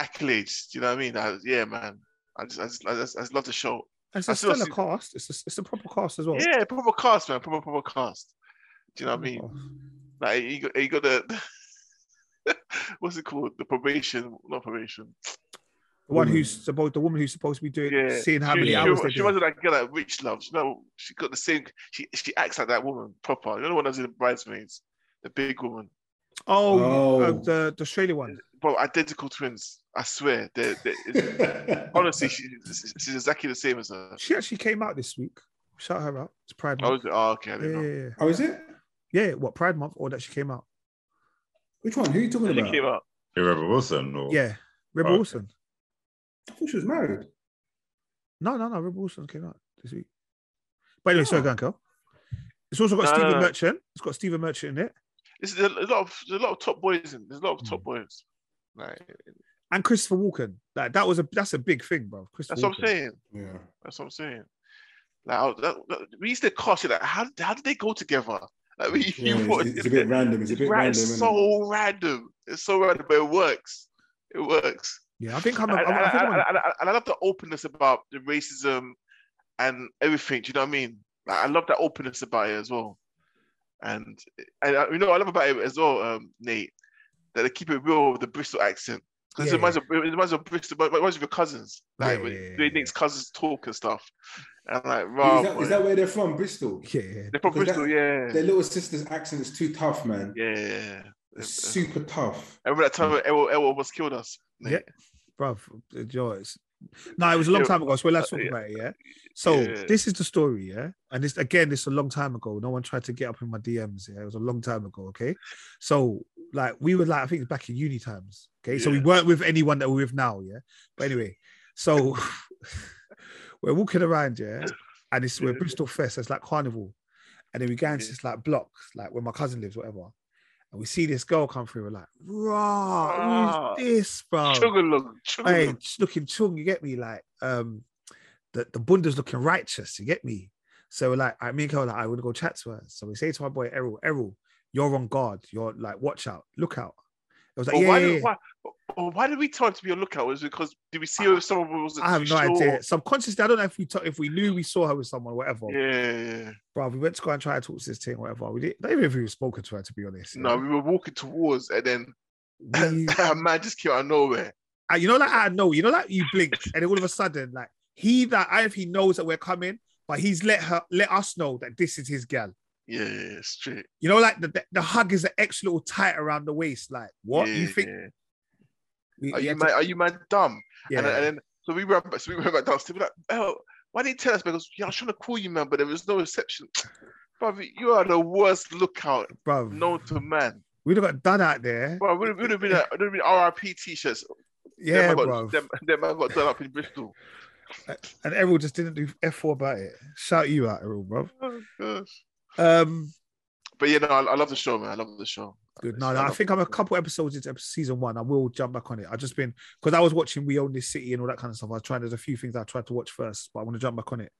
accolades. Do you know what I mean? I, yeah, man. I just, I just, I just, I just love the show. And It's a I still stellar see- cast. It's a, it's a proper cast as well. Yeah, proper cast, man. Proper, proper cast. Do you know what I mean? Oh, Like you got, you got the [laughs] what's it called? The probation, not probation. The one Woman. who's supposed the woman who's supposed to be doing Yeah, seeing how she, many she, hours they she do. wasn't that girl that rich loves. No, she got the same. She she acts like that woman proper. You know the one that's in the bridesmaids, the big woman, Oh, uh, Oh. the the Australia one. bro. Identical twins. I swear. They're, they're, it's- [laughs] honestly, she, she's exactly the same as her. She actually came out this week. Shout her out. It's Pride I Month. was oh, okay. I yeah, didn't yeah, know. yeah, oh, is it? yeah. Yeah, What Pride Month or that she came out? Which one? Who are you talking And about? it came out. Irreverent Wilson or Yeah, Rebel Oh, okay. Wilson. I thought she was married. No, no, no. Rebel Wilson came out this week. By the way, sorry, Oh. go on, Kel. It's also got No, no, Stephen no. Merchant. It's got Stephen Merchant in it, This is a lot of there's a lot of top boys in. There's a lot of top Mm. boys. Like and Christopher Walken. Like that was a that's a big thing, bro. Christopher that's what I'm Walken. saying. Yeah. That's what I'm saying. Like, I was- that, that- we used to caution like, how how did they go together? Like, we, Yeah, [laughs] you thought- it's, it's a bit random. It's a bit Right, random. it's isn't it? so random. It's so random, but it works. It works. Yeah, I think I'm. And I, I, I, I think I'm I- I- I- I love the openness about the racism and everything. Do you know what I mean? Like, I love that openness about it as well. And and uh, you know what I love about it as well, um, Nate, that they keep it real with the Bristol accent. Because Yeah, it reminds me of it reminds me of Bristol, it reminds me of your cousins, like Yeah, when yeah, yeah, doing yeah. Nate's cousins talk and stuff. And I'm like, Is wow, that, boy. is that where they're from? Bristol. yeah, yeah. they're from because that- Bristol, yeah. Their little sister's accent is too tough, man. yeah, yeah, yeah. It's super tough. I remember that time Errol, Errol almost killed us. Nate. Yeah. bruv, the joys. No, it was a long Yeah. time ago, so let's talk uh, Yeah. about it, yeah? So Yeah. this is the story, yeah? And this again, this is a long time ago. No one tried to get up in my DMs, yeah. It was a long time ago, okay? So like we were like, I think back in uni times, okay? So we Yeah. weren't with anyone that we're with now, yeah. But anyway, so [laughs] we're walking around, yeah, and it's we're Yeah. Bristol Fest, it's like carnival. And then we go into Yeah. this like block, like where my cousin lives, whatever. And we see this girl come through. We're like, rah, Rah. who's this, bro? Chugalong, [laughs] hey, Chugalong. it's looking chung, you get me? Like, um, the, the Bunda's looking righteous, you get me? So we're like, I mean, Kel, like, I want to go chat to her. So we say to my boy Errol, Errol, you're on guard. You're like, watch out, look out. It was like, But yeah, why, yeah, did, yeah. why, but why did we tell him to be on lookout? Was it because did we see her with someone who wasn't Ah, I have no too idea. sure? Subconsciously, I don't know if we t- if we knew we saw her with someone, whatever. Yeah, yeah, yeah. Bro, we went to go and try to talk to this thing, whatever. We didn't, not even if we were spoken to her, to be honest. No, we were walking towards, and then [laughs] yeah. We- a man just came out of nowhere. And you know, like I know, you know, like you [laughs] blink, and then all of a sudden, like he that I if he knows that we're coming, but he's let her let us know that this is his gal. Yeah, yeah, yeah, straight. You know, like the, the, the hug is an extra little tight around the waist. Like, what Yeah, you think? yeah. we- Are we you had man? to- Are you man dumb? yeah. And, then- and then so we ran back. So we ran back downstairs. We're like, oh, why didn't you tell us? Because yeah, I was trying to call you, man, but there was no reception. [laughs] Bro, Bruv, you are the worst lookout bro. known to man. We'd have got done out there. Bro, would have been, been, a- would've been RRP t-shirts. Yeah, them man bro. got, them, them man got done up in Bristol. [laughs] And Errol just didn't do F4 about it. Shout you out, Errol, bro. Oh, gosh. Um, But yeah, no, I, I love the show, man. I love the show. Good. It's No, no, kind I of- think I'm a couple episodes into ep- season one. I will jump back on it. I've just been because I was watching We Own This City and all that kind of stuff. I tried. There's a few things I tried to watch first, but I want to jump back on it.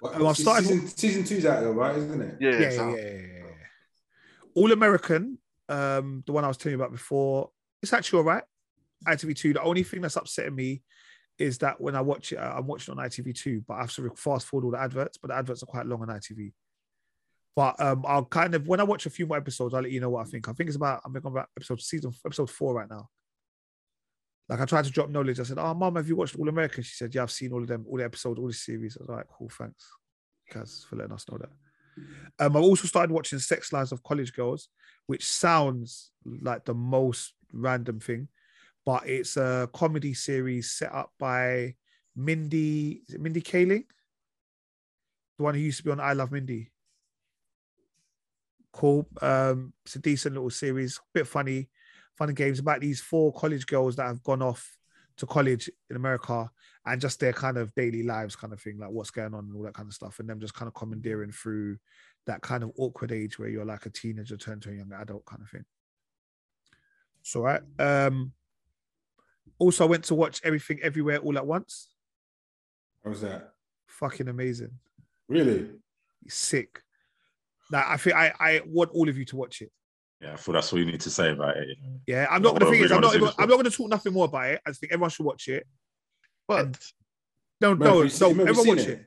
Well, I've started- season, season two's out though, right? Isn't it? Yeah, Yeah, it's yeah, out. yeah, yeah, yeah. All American, um, the one I was telling you about before, it's actually all right. ITV2. The only thing that's upsetting me is that when I watch it, I- I'm watching on ITV2, but I have to re- fast forward all the adverts. But the adverts are quite long on ITV. But um, I'll kind of when I watch a few more episodes, I'll let you know what I think. I think it's about I'm thinking about episode season episode four right now. Like I tried to drop knowledge. I said, "Oh, mom, have you watched All American?" She said, "Yeah, I've seen all of them, all the episodes, all the series." I was like, "Cool, thanks, Kaz, for letting us know that." Um, I've also started watching Sex Lives of College Girls, which sounds like the most random thing, but it's a comedy series set up by Mindy is it Mindy Kaling, the one who used to be on I Love Mindy. Cool. Um, it's a decent little series, bit funny, fun and games about these four college girls that have gone off to college in America and just their kind of daily lives kind of thing, like what's going on and all that kind of stuff, and them just kind of commandeering through that kind of awkward age where you're like a teenager turned to a young adult kind of thing. So right. Um also I went to watch Everything Everywhere All at Once. How was that? Fucking amazing. Really? Sick. Like I think I, I want all of you to watch it. Yeah, I thought that's all you need to say about it. you know. Yeah. I'm not Well, I gonna think is, really I'm not wanna see even, this I'm not gonna talk nothing more about it. I just think everyone should watch it. But No, Murph, no, you see- no, Murph, you everyone seen watch it.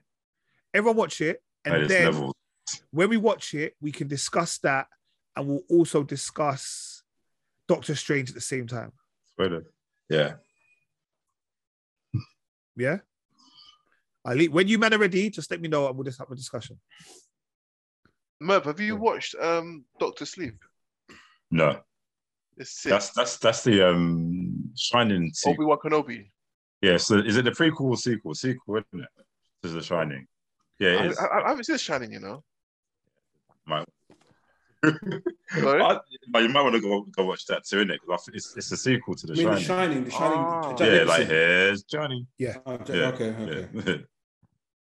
Everyone watch it. At And its then level. when we watch it, we can discuss that and we'll also discuss Doctor Strange at the same time. Whether- Yeah. Yeah. I leave when you men are ready, just let me know and we'll just have a discussion. Merv, have you watched um Doctor Sleep? No. It's sick. That's that's that's the um Shining Obi sequel. Wan Kenobi. Yeah. So is it the prequel or sequel? Sequel, isn't it? This is the Shining. Yeah, I, it is. I- I haven't seen Shining, you know. Sorry? I- but you might want to go go watch that too, innit? 'Cause I It's it's a sequel to the I mean, The Shining. Shining. The Shining. Ah. Jack Yeah, Nicholson. like here's Johnny. Oh, Jack- Yeah, Okay. Okay.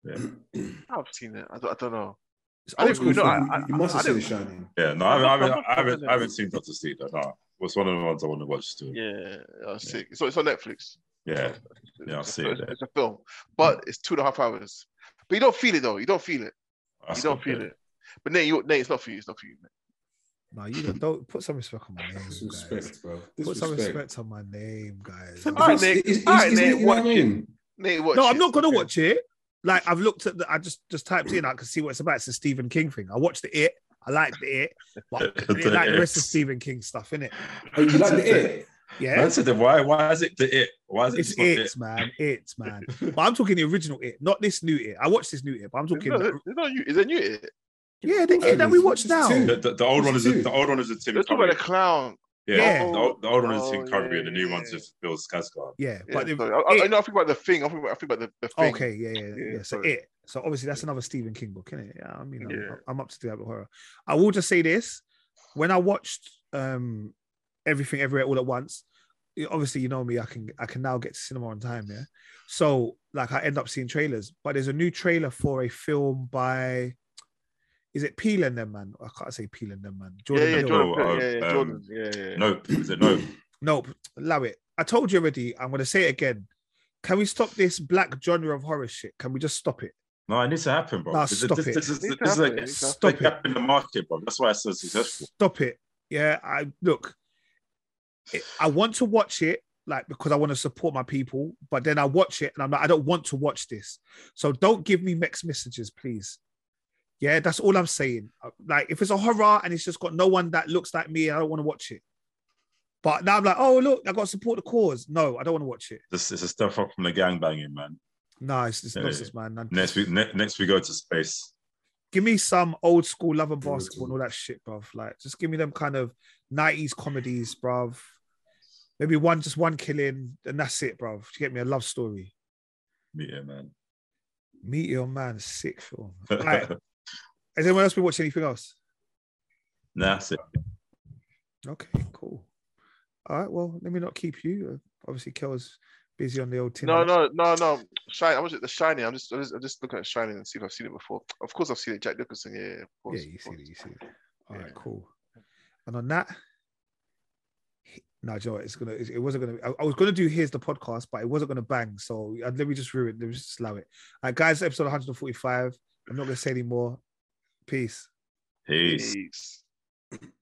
Yeah. [laughs] I've seen it. I don't, I don't know. It's I old didn't school. even know. You- I, you- I, you must I have seen The didn't- Shining. Yeah, no, I haven't, I haven't, That's I haven't, I haven't definitely- seen Doctor Sleep though. No, it's one of the ones I want to watch too. Yeah, Yeah, I was sick. So it's on Netflix. yeah, It's- I'll it's- see it it's, there. it's a film, Hmm. but it's two and a half hours. But you don't feel it though. You don't feel it. that's you don't good. feel it. But Nate, you, Nate, it's not for you. It's not for you. Mate. No, you don't, don't put some respect on my name. This Guys. respect, bro. Put some Disrespect. respect on my name, guys. Fuck, All right, it's- Nick. it's- All right, it's- it's- Nick, you know what I watch it. mean? Nate, watch No, it. I'm not gonna Okay. watch it. Like I've looked at the I just just typed in, I can see what it's about. It's a Stephen King thing. I watched the it, I liked the it, but I didn't like the rest of Stephen King stuff, innit? Oh, you [laughs] like the it? Yeah. Man said that, why? Why is it the it? Why is it? It's just not it, man. It's man. But I'm talking the original it, not this new it. I watched this new it, but I'm talking. No, it's not you. Is it new? It? yeah, the it that we watch now. The, the, the old one is a, the old one is a Tim You're talking Curry. about the clown. yeah, Yeah. The, old, the old one is Tim Oh, Curry, and the new yeah. one's with Bill Skarsgård. Yeah, Yeah, but the, sorry. I, I, I, it- Oh, no, I think about the thing. I think about, I think about the, the thing. Okay, yeah, yeah, yeah. Yeah, So sorry. it. So obviously that's another Stephen King book, isn't it? Yeah, I mean, I'm, Yeah. I'm up to do that with horror. I will just say this: when I watched um everything everywhere all at once, you- obviously you know me, I can I can now get to cinema on time, yeah. So like I end up seeing trailers, but there's a new trailer for a film by. Is it Peel and them man? I can't say Peel and them man. Yeah, Jordan yeah, Peele. Jordan. Oh, yeah, yeah, um, Jordan. Yeah, yeah. Nope. Is it [clears throat] nope? Nope, allow it. I told you already. I'm gonna say it again. Can we stop this black genre of horror shit? Can we just stop it? No, it needs to happen, bro. Nah, this, stop this, it. This, is- It needs to this is happen, it a, needs to it's happen. a gap in the market, bro. That's why it's so successful. Stop it. Yeah, I look. It, I want to watch it like because I want to support my people, but then I watch it and I'm like, I don't want to watch this. So don't give me mixed messages, please. Yeah, that's all I'm saying. Uh, Like, if it's a horror and it's just got no one that looks like me, I don't want to watch it. But now I'm like, oh look, I got to support the cause. No, I don't want to watch it. This is a step up from the gangbanging, man. No, it's, it's Yeah. nonsense, man. I- Next we ne- next we go to space. give me some old school love and Brutal. basketball and all that shit, bruv. Like, just give me them kind of 90s comedies, bruv. Maybe one, just one killing, and that's it, bruv. You get me a love story. Yeah, man. Meet your man, sick film. Right. Has anyone else been watching anything else? Nah, [laughs] that's it. Okay, cool. All right, well, let me not keep you. Uh, Obviously, Kel's busy on the old tin. No, no, no, no. Shine. I was at the Shining. I'm just, I'm just, I'm just looking at Shining and see if I've seen it before. Of course, I've seen it. Jack Nicholson. Yeah, yeah, of course. Yeah, you of see course. it, you see it. All right, Yeah. cool. And on that, he- no, do you know what? It's gonna. It it wasn't gonna. I, I was gonna do here's the podcast, but it wasn't gonna bang. So uh, let me just ruin. Let me just allow it. All right, guys, episode 145. I'm not gonna say any more. Peace. Peace. Peace.